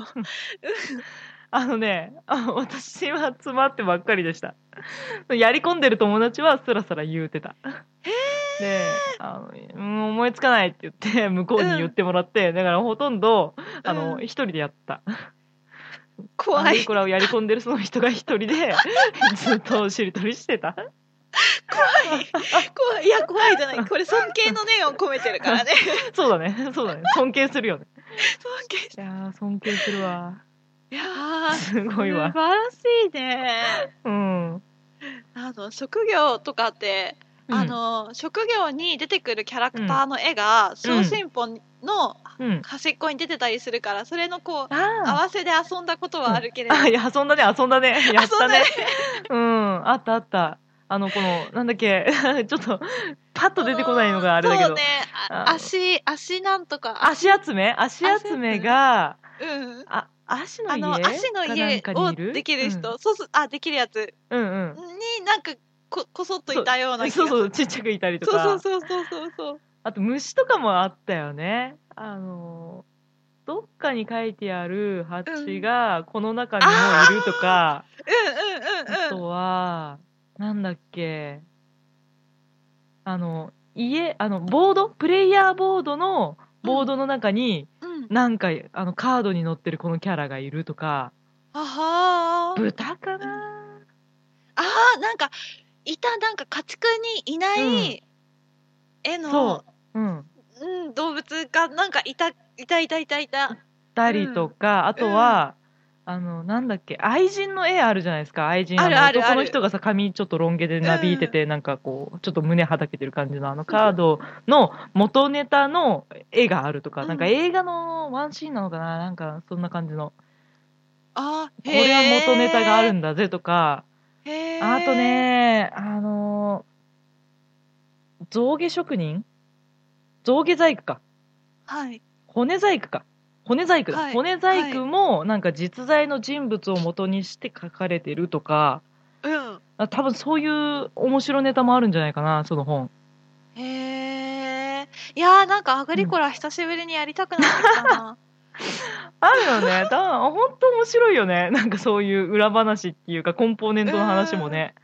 Speaker 3: あのね、あ私は詰まってばっかりでした。 やり込んでる友達はすらすら言うてた。 であの、うん思いつかないって言って、 向こうに言ってもらって、だからほとんど、あの、
Speaker 2: うん
Speaker 3: 一人でやった。
Speaker 2: 怖
Speaker 3: アン
Speaker 2: い。
Speaker 3: コラをやり込んでるその人が一人 で、ずっとしりとりしてた。
Speaker 2: 怖い。いや、怖いじゃない。これ尊敬の念を込めてる からね。
Speaker 3: そうだね、そうだね。尊敬するよね。
Speaker 2: 尊敬し
Speaker 3: いやー、尊敬するわ。
Speaker 2: いやー。
Speaker 3: す
Speaker 2: す
Speaker 3: ごいわ
Speaker 2: 素。晴らしいね。
Speaker 3: うん。
Speaker 2: あの、職業とかって、
Speaker 3: うん
Speaker 2: あ、の、職業に出てくるキャラクターの絵が、小進歩の
Speaker 3: うん。
Speaker 2: 端っこに出てたりするから、それのこう、合
Speaker 3: あ
Speaker 2: わせで遊んだことはあるけれど、
Speaker 3: あ、いや、遊んだね、遊んだね。やったね。うん、あったあった。あの、この、なんだっけ、 ちょっと、パッと出てこないのがあれだけ
Speaker 2: そう
Speaker 3: ど
Speaker 2: ね、。
Speaker 3: あ
Speaker 2: あ
Speaker 3: の
Speaker 2: 足、足なんとか。
Speaker 3: 足集め足集めが、
Speaker 2: うん。
Speaker 3: あ、足の
Speaker 2: あ
Speaker 3: 家
Speaker 2: の、足の
Speaker 3: かなん
Speaker 2: 家
Speaker 3: かに
Speaker 2: を
Speaker 3: いる
Speaker 2: できる人、
Speaker 3: うん
Speaker 2: そうす、あ、できるやつ
Speaker 3: うんうん。
Speaker 2: になんかこ、こそっといたような気がす
Speaker 3: そう
Speaker 2: る。
Speaker 3: そう、ちっちゃくいたりとか。
Speaker 2: そうそうそうそうそう。
Speaker 3: あと虫とかもあったよね。あのー、どっかに書いてある蜂がこの中にもいるとか、あ
Speaker 2: うんうんうんうん。
Speaker 3: とは、なんだっけ、あの、家、あの、ボードプレイヤーボードの、ボードの中に、
Speaker 2: うん。
Speaker 3: なんか、あの、カードに載ってるこのキャラがいるとか、
Speaker 2: あはー。
Speaker 3: 豚かな
Speaker 2: あー、なんか、いた、なんか家畜にいない絵の、
Speaker 3: そう。うん。
Speaker 2: うん、動物がなんかいた、いたいたいたいた。
Speaker 3: たりとか、あとは、あの、なんだっけ、愛人の絵あるじゃないですか、愛人。
Speaker 2: ある
Speaker 3: の
Speaker 2: ある
Speaker 3: 男
Speaker 2: あ
Speaker 3: の
Speaker 2: る
Speaker 3: 人がさ、髪ちょっとロン毛でなびいてて、なんかこう、ちょっと胸はだけてる感じの、あのカードの元ネタの絵があるとか、
Speaker 2: うん
Speaker 3: なんか映画のワンシーンなのかな、なんかそんな感じの、
Speaker 2: あー、
Speaker 3: これは元ネタがある
Speaker 2: ん
Speaker 3: んだぜとか、
Speaker 2: へー
Speaker 3: あと。ね、あのー、象牙職人象牙細工か。
Speaker 2: はい。
Speaker 3: 骨細工か骨細工だ、
Speaker 2: はい
Speaker 3: 骨細工もなんか実在の人物を元にして書かれてるとか
Speaker 2: うん。
Speaker 3: あ多分そういう面白ネタもあるんじゃないかなその本
Speaker 2: へえ。いやー、なんかアグリコラ久しぶりにやりたくなってきた な。
Speaker 3: あるよ ね多分本当面白いよねなんかそういう裏話っていうかコンポーネントの話もね、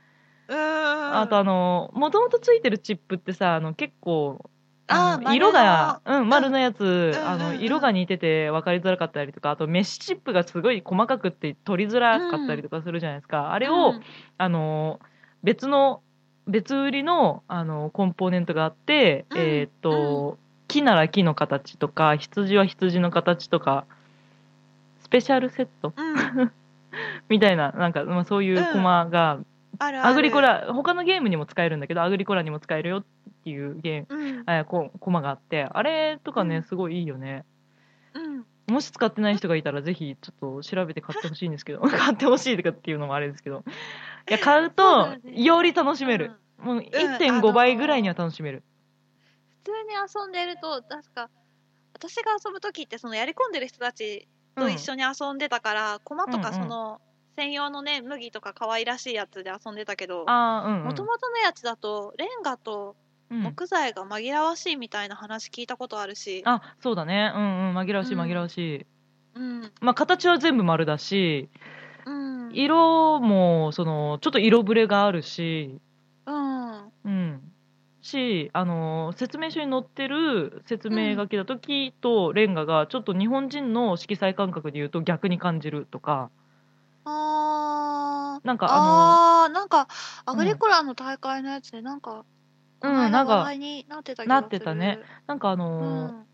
Speaker 2: うーん。
Speaker 3: あとあのもともとついてるチップってさあの結構
Speaker 2: あ
Speaker 3: あ
Speaker 2: ー
Speaker 3: の
Speaker 2: 丸の
Speaker 3: 色が、うん、丸のやつ、
Speaker 2: うん
Speaker 3: あ
Speaker 2: うん
Speaker 3: の
Speaker 2: うん
Speaker 3: 色が似てて分かりづらかったりとかあとメッシュチップがすごい細かくって取りづらかったりとかするじゃないですか、あ
Speaker 2: あ
Speaker 3: れを、あの別の別売りのあのコンポーネントがあって、
Speaker 2: うん
Speaker 3: えーっと、木なら木の形とか羊は羊の形とかスペシャルセット
Speaker 2: うん、
Speaker 3: みたいななんか、まあ、そういうコマが、
Speaker 2: あるある
Speaker 3: アグリコラ他のゲームにも使えるんだけどアグリコラにも使えるよっていうゲーム
Speaker 2: うん
Speaker 3: あこコマがあってあれとかね、
Speaker 2: うん
Speaker 3: すごいいいよね
Speaker 2: うん
Speaker 3: もし使ってない人がいたらぜひちょっと調べて買ってほしいんですけど 買ってほしいとかっていうのもあれですけどいや買う
Speaker 2: そう
Speaker 3: と
Speaker 2: だね
Speaker 3: より楽しめる、
Speaker 2: うん
Speaker 3: もう
Speaker 2: あの
Speaker 3: 1.5
Speaker 2: ー
Speaker 3: 倍ぐらいには楽しめる。
Speaker 2: 普通に遊んでると確か私が遊ぶ時ってそのやり込んでる人たちと一緒に遊んでたから、駒と
Speaker 3: うん
Speaker 2: か
Speaker 3: うん
Speaker 2: その専用のね麦とか可愛らしいやつで遊んでたけ
Speaker 3: う
Speaker 2: ど
Speaker 3: ん、ああ、うん、うん。
Speaker 2: もともとのやつだとレンガと
Speaker 3: うん、
Speaker 2: 木材が紛らわしいみたいな話聞いたことあるし、
Speaker 3: あ、そうだね。うんうん。紛らわしい、
Speaker 2: うん
Speaker 3: 紛らわしい。
Speaker 2: うん
Speaker 3: まあ、形は全部丸だし、
Speaker 2: うん
Speaker 3: 色も、その、ちょっと色ぶれがあるし、
Speaker 2: うん
Speaker 3: うん。し、あのー、説明書に載ってる説明書きだと、木とレンガが、ちょっと日本人の色彩感覚で言うと逆に感じるとか、
Speaker 2: あー
Speaker 3: なんかあ
Speaker 2: あーなんか
Speaker 3: ん
Speaker 2: アグリコラの大会のやつでなんか、
Speaker 3: の
Speaker 2: こ
Speaker 3: ー、
Speaker 2: の
Speaker 3: うん、な
Speaker 2: 間
Speaker 3: ん
Speaker 2: 話
Speaker 3: か、
Speaker 2: 題になってた気
Speaker 3: な
Speaker 2: がする
Speaker 3: ってたね、なんかあ
Speaker 2: う
Speaker 3: のー、
Speaker 2: ん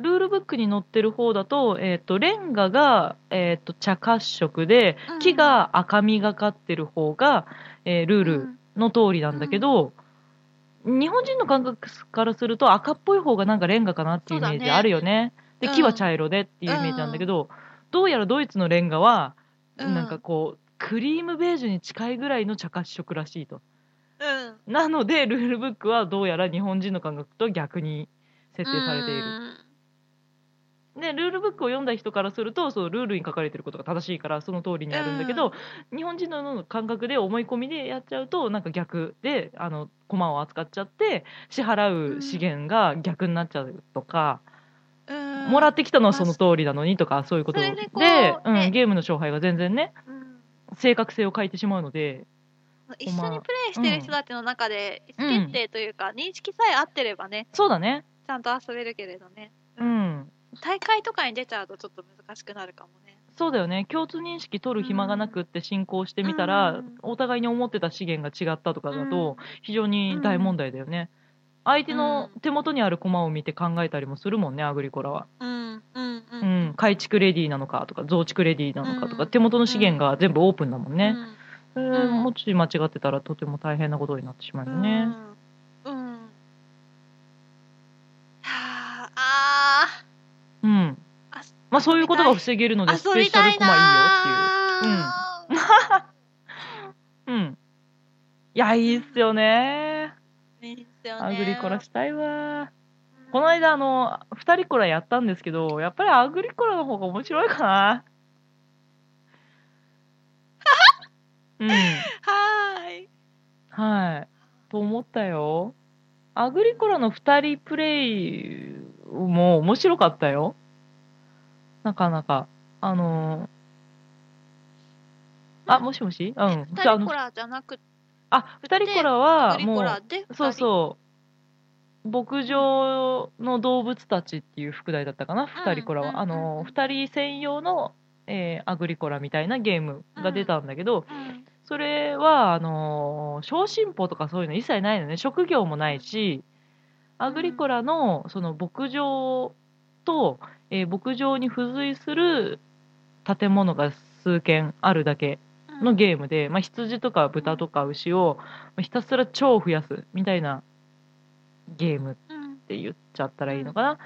Speaker 3: ルールブックに載ってる方だと、えっ、と、レンガが、えっ、と、茶褐色で、
Speaker 2: うん
Speaker 3: 木が赤みがかってる方が、えールー
Speaker 2: う
Speaker 3: ル
Speaker 2: ん
Speaker 3: の通りなんだけど、日本人の感覚からすると赤っぽい方がなんかレンガかなっていうイメー
Speaker 2: そう
Speaker 3: ジ
Speaker 2: だね
Speaker 3: あるよね。で、
Speaker 2: うん
Speaker 3: 木は茶色でっていうイメージなんだけど、どうやらドイツのレンガは、
Speaker 2: うん
Speaker 3: なんかこう、クリームベージュに近いぐらいの茶褐色らしいと。
Speaker 2: うん
Speaker 3: なので、ルールブックはどうやら日本人の感覚と逆に設定されている。でルールブックを読んだ人からするとそうルールに書かれてることが正しいからその通りにやるんだけど、日本人の感覚で思い込みでやっちゃうとなんか逆であの駒を扱っちゃって支払う資源が逆になっちゃうとか、
Speaker 2: うん
Speaker 3: もらってきたのはその通りなのにとかそういうこと
Speaker 2: そ
Speaker 3: で
Speaker 2: れでこう
Speaker 3: うん、
Speaker 2: ね
Speaker 3: ゲームの勝敗が全然ね
Speaker 2: うん
Speaker 3: 正確性を欠いてしまうので
Speaker 2: 一緒にプレイしてる人たちの中で意
Speaker 3: うん
Speaker 2: 思決定というか、認識さえ合ってればね
Speaker 3: そうだね
Speaker 2: ちゃんと遊べるけれどね
Speaker 3: うん
Speaker 2: 大会とかに出ちゃうとちょっと難しくなるかもね
Speaker 3: そうだよね共通認識取る暇がなくって進行してみたら、
Speaker 2: うん
Speaker 3: お互いに思ってた資源が違ったとかだと、非常に大問題だよね、相手の手元にある駒を見て考えたりもするもんねアグリコラは、
Speaker 2: うんうんう
Speaker 3: うんん、改築レディーなのかとか増築レディーなのかとか、
Speaker 2: うん
Speaker 3: 手元の資源が全部オープンだもんね、それ
Speaker 2: うん
Speaker 3: もし間違ってたらとても大変なことになってしまう
Speaker 2: う
Speaker 3: よ
Speaker 2: ん
Speaker 3: ね、
Speaker 2: うんはああ
Speaker 3: うん
Speaker 2: あ
Speaker 3: まあそういうことが防げるのでス
Speaker 2: ー遊
Speaker 3: ペ
Speaker 2: び
Speaker 3: シャ
Speaker 2: た
Speaker 3: ル
Speaker 2: い
Speaker 3: コマいいよ
Speaker 2: な
Speaker 3: っ
Speaker 2: ー
Speaker 3: ていううんいや、いいっすよね。
Speaker 2: いいですよね。
Speaker 3: アグリコラしたいわ。この間、あの、二人コラやったんですけど、やっぱりアグリコラの方が面白いか な。うん。
Speaker 2: はーい。
Speaker 3: はい。と思ったよ。アグリコラの二人プレイも面白かったよ。なかなか。あのーあ、もしもしうん。
Speaker 2: 二
Speaker 3: じゃああ
Speaker 2: 人
Speaker 3: の
Speaker 2: コラじゃなくて、
Speaker 3: あ、二人コラは、
Speaker 2: アグリ
Speaker 3: も
Speaker 2: コ
Speaker 3: う、
Speaker 2: ラで
Speaker 3: そう
Speaker 2: う。
Speaker 3: そう。牧場の動物たちっていう副題だったかな、
Speaker 2: うん
Speaker 3: 二人コラは。あ
Speaker 2: うん
Speaker 3: の、二人専用の、えーアグリコラみたいなゲームが出たんだけど、
Speaker 2: うん
Speaker 3: それは、あのー小進歩とかそういうの一切ないのね。職業もないし、アグリコラの、その牧場と、えー牧場に付随する建物が数軒あるだけ
Speaker 2: うん
Speaker 3: のゲームで、まあ、羊とか豚とか牛をまあひたすら超増やすみたいなゲームっ
Speaker 2: うん
Speaker 3: て言っちゃったらいいのかな、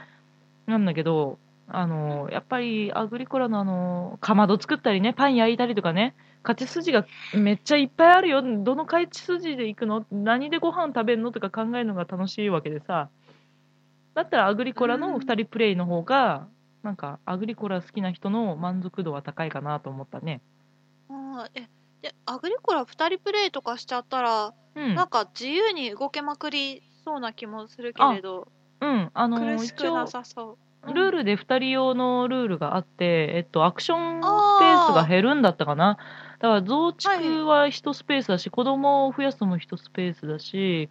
Speaker 3: なんだけどあのやっぱりアグリコラのあのかまど作ったりねパン焼いたりとかね勝ち筋がめっちゃいっぱいあるよどの勝ち筋で行くの何でご飯食べるのとか考えるのが楽しいわけでさだったらアグリコラの2人プレイの方が、なんかアグリコラ好きな人の満足度は高いかなと思ったね。
Speaker 2: あーえでアグリコラ2人プレイとかしちゃったら、
Speaker 3: うん、
Speaker 2: なんか自由に動けまくりそうな気もするけれど、
Speaker 3: うん、あの
Speaker 2: 苦し
Speaker 3: 一
Speaker 2: く
Speaker 3: 応
Speaker 2: なさそう。うん
Speaker 3: ルールで2人用のルールがあって、えっと、アクションスペースが減るんだったかなだから増築は1スペースだし、子供を増やすのも1スペースだし、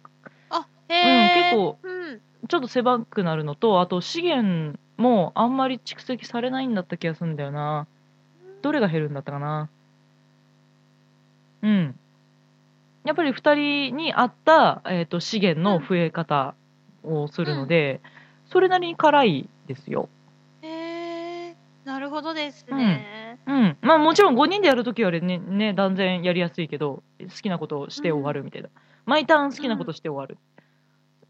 Speaker 2: あへえ、
Speaker 3: うん、結構
Speaker 2: うん、
Speaker 3: ちょっと狭くなるのとあと資源もあんまり蓄積されないんだった気がするんだよなどれが減るんだったかなうんやっぱり2人に合った、えっと資源の増え方をするので、それなりに辛いですよ
Speaker 2: へえなるほどですね。
Speaker 3: うん。まあもちろん5人でやるときはね、ね、断然やりやすいけど、好きなことをして終わるみたいな。毎ターン好きなことして終わる。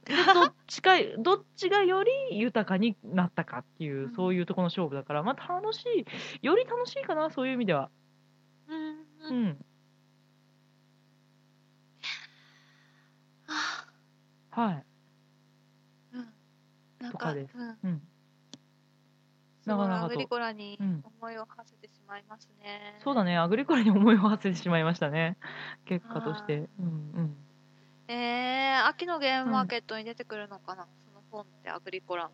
Speaker 3: でどっちか、どっちがより豊かになったかっていうう、
Speaker 2: ん
Speaker 3: そういうとこの勝負だから、まあ楽しい、より楽しいかな、そういう意味では。
Speaker 2: うん、う、
Speaker 3: うんん。
Speaker 2: は
Speaker 3: はい。
Speaker 2: あうんなん
Speaker 3: と
Speaker 2: か、
Speaker 3: か
Speaker 2: う
Speaker 3: で
Speaker 2: ん
Speaker 3: す、うん。
Speaker 2: すご
Speaker 3: な
Speaker 2: い
Speaker 3: かなかと
Speaker 2: アグリコラに
Speaker 3: うん
Speaker 2: 思いを馳せてしまいますね。
Speaker 3: そうだね、アグリコラに思いを馳せてしまいましたね。結果として。うん
Speaker 2: えー、秋のゲームマーケットに出てくるのかな、その本ってアグリコラ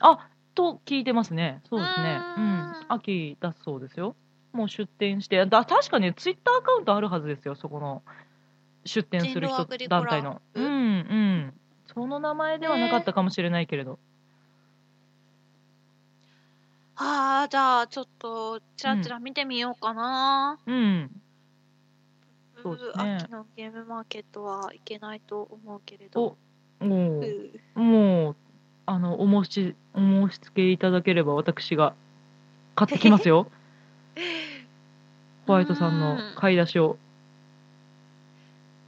Speaker 2: の。
Speaker 3: と聞いてますね。そうですね。
Speaker 2: う
Speaker 3: う
Speaker 2: ーん
Speaker 3: ん。秋だそうですよ。もう出店して、だ確かね、ツイッターアカウントあるはずですよ、そこの出店する
Speaker 2: 人狼ア
Speaker 3: 人
Speaker 2: グリコラ
Speaker 3: 団体の。
Speaker 2: う
Speaker 3: うんんうん。その名前ではなかったかもしれないけれど。
Speaker 2: ああ、じゃあちょっとちらちら見てみようかな。
Speaker 3: うん。
Speaker 2: う
Speaker 3: そうですね
Speaker 2: 秋のゲームマーケットはいけないと思うけれど
Speaker 3: お。も
Speaker 2: う
Speaker 3: う、
Speaker 2: ー
Speaker 3: もう、あの、お申し、お申し付けいただければ私が買ってきます よ。ホワイトさんの買い出しを。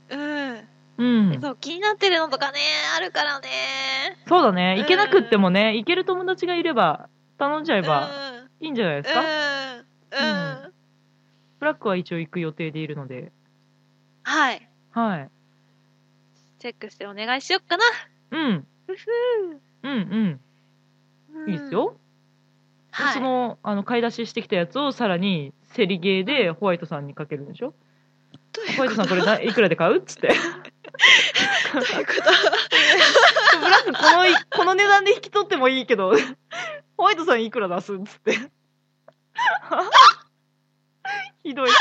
Speaker 2: うん、
Speaker 3: うん。
Speaker 2: そう気になってるのとかねあるからね
Speaker 3: そうだね。行けなくってもね、行ける友達がいれば、頼んじゃえ
Speaker 2: うん
Speaker 3: ばいいんじゃないですか、
Speaker 2: うんうん
Speaker 3: ブラックは一応行く予定でいるので、
Speaker 2: はい
Speaker 3: はい。
Speaker 2: チェックしてお願いしよっかな
Speaker 3: うん。
Speaker 2: ふふ
Speaker 3: うんうん。いいですよ。
Speaker 2: はい
Speaker 3: その、あの、買い出ししてきたやつをさらに、セリゲーでホワイトさんにかけるんでしょ
Speaker 2: どういう
Speaker 3: ホワイ
Speaker 2: こ
Speaker 3: ト
Speaker 2: と
Speaker 3: さんこれないくらで買うっつって。
Speaker 2: どういうこ
Speaker 3: ブラックこのい、この値段で引き取ってもいいけど、ホワイトさんいくら出すっつって。ひどい。
Speaker 2: と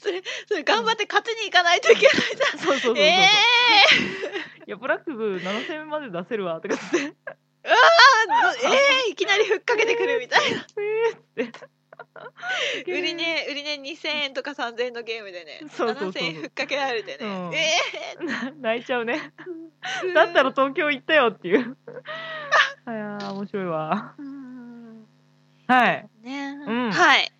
Speaker 2: それそれ頑張って勝ちに行かないといけない
Speaker 3: そうそう
Speaker 2: じ
Speaker 3: そうそ
Speaker 2: ゃん
Speaker 3: う。
Speaker 2: え
Speaker 3: いや、ブラック7000円まで出せるわ、とかっつって。
Speaker 2: えー、 えー、いきなりふっかけてくるみたいな
Speaker 3: えーっつって。
Speaker 2: 売り値売り値2000円とか3000円のゲームでね
Speaker 3: そうそうそう
Speaker 2: 7000円ふっかけられて
Speaker 3: う
Speaker 2: ね、
Speaker 3: ん
Speaker 2: え
Speaker 3: な 泣いちゃうね。
Speaker 2: ー、
Speaker 3: だったら東京行ったよって いう。いやー、面白いわ。
Speaker 2: うん
Speaker 3: はい。
Speaker 2: ね、
Speaker 3: うん
Speaker 2: はい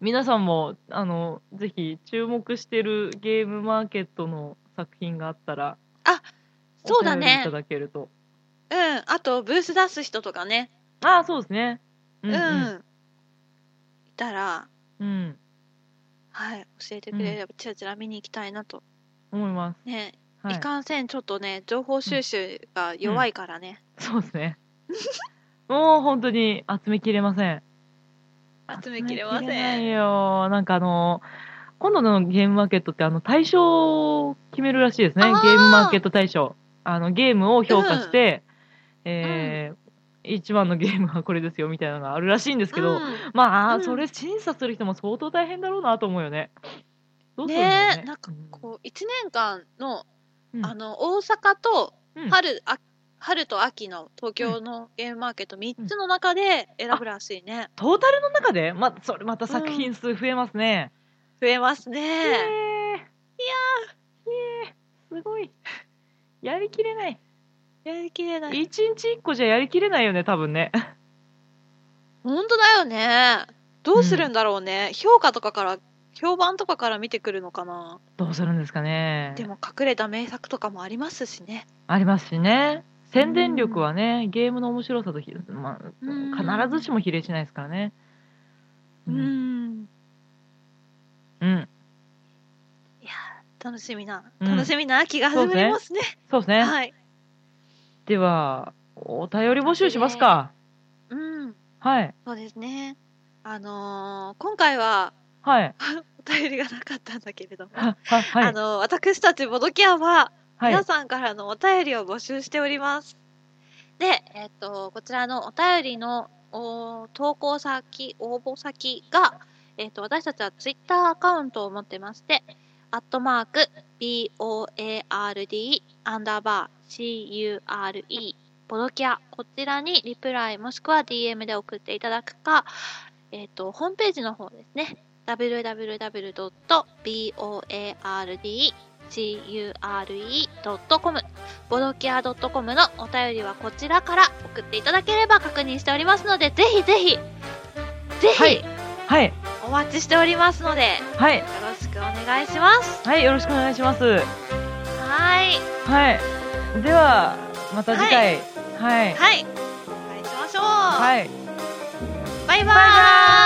Speaker 3: 皆さんも、あの、ぜひ注目してるゲームマーケットの作品があったら、
Speaker 2: そうだ
Speaker 3: お便りい
Speaker 2: ね
Speaker 3: ただけると。
Speaker 2: うんあとブース出す人とかね
Speaker 3: ああ、そうですね。う、
Speaker 2: うん
Speaker 3: うん。
Speaker 2: ん。いたら、
Speaker 3: うん。
Speaker 2: はい、教えてくれれば、ちらちら見に行きたいなと
Speaker 3: 思います。
Speaker 2: ね、、
Speaker 3: はいい。
Speaker 2: かんせんちょっとね、情報収集が弱いからね、
Speaker 3: そうですね。もう本当に集めきれません。
Speaker 2: 集めきれま
Speaker 3: 集めきれな
Speaker 2: せん。
Speaker 3: いよ。なんかあの、今度のゲームマーケットってあの、対象を決めるらしいですね。
Speaker 2: あー
Speaker 3: ゲームマーケット対象。あの、ゲームを評価して、えー、一番のゲームはこれですよ、みたいなのがあるらしいんですけど、
Speaker 2: うん
Speaker 3: まあ、
Speaker 2: うん
Speaker 3: それ審査する人も相当大変だろうなと思うよね。どうするんだろう
Speaker 2: ね
Speaker 3: ね。
Speaker 2: なんかこう、1年間の、
Speaker 3: うん
Speaker 2: あの、大阪と
Speaker 3: うん
Speaker 2: 春、あ春と秋の東京のゲームマーケット3つの中で選ぶらしいね。
Speaker 3: トータルの中で、ま、それまた作品数増えますね。
Speaker 2: 増えます
Speaker 3: えい
Speaker 2: ね。
Speaker 3: やー、すごい。やりきれない。
Speaker 2: やりきれない。
Speaker 3: 一日一個じゃやりきれないよね、多分ね。
Speaker 2: 本当だよね。どうするんだろうね。評価とかから、評判とかから見てくるのかな。
Speaker 3: どうするんですかね。
Speaker 2: でも隠れた名作とかもありますしね。
Speaker 3: ありますしね。宣伝力はね、ゲームの面白さとひ、ま
Speaker 2: うん
Speaker 3: あ、必ずしも比例しないですからね。
Speaker 2: う。ん。
Speaker 3: うん。
Speaker 2: 楽しみな、
Speaker 3: うん
Speaker 2: 楽しみな秋が始まりますね。
Speaker 3: そうですね。
Speaker 2: はい。
Speaker 3: では、お便り募集しますか。
Speaker 2: うん。
Speaker 3: はい。
Speaker 2: そうですね。あのー今回は
Speaker 3: はい。
Speaker 2: お便りがなかったんだけれども、
Speaker 3: は、は、は
Speaker 2: あ
Speaker 3: い。
Speaker 2: のー私たちボドキアは、
Speaker 3: はい。
Speaker 2: 皆さんからのお便りを募集しております。で、えっ、と、こちらのお便りのお投稿先、応募先が、えっ、と、私たちはツイッターアカウントを持ってまして、アットマーク、BOARD、アンダーバー、CURE、ボドキャ、こちらにリプライもしくは DM で送っていただくか、えっ、と、ホームページの方ですね、www.board gure.com ボドキア .com のお便りはこちらから送っていただければ確認しておりますのでぜひぜひぜ
Speaker 3: はい
Speaker 2: ひ
Speaker 3: はい。
Speaker 2: お待ちしておりますので、よ
Speaker 3: はい。
Speaker 2: ろしくお願いします
Speaker 3: はい。よろしくお願いします。
Speaker 2: は
Speaker 3: はい。では、また次回。はい
Speaker 2: ーい。はいお会いしましょう、
Speaker 3: はい。
Speaker 2: バイバーイ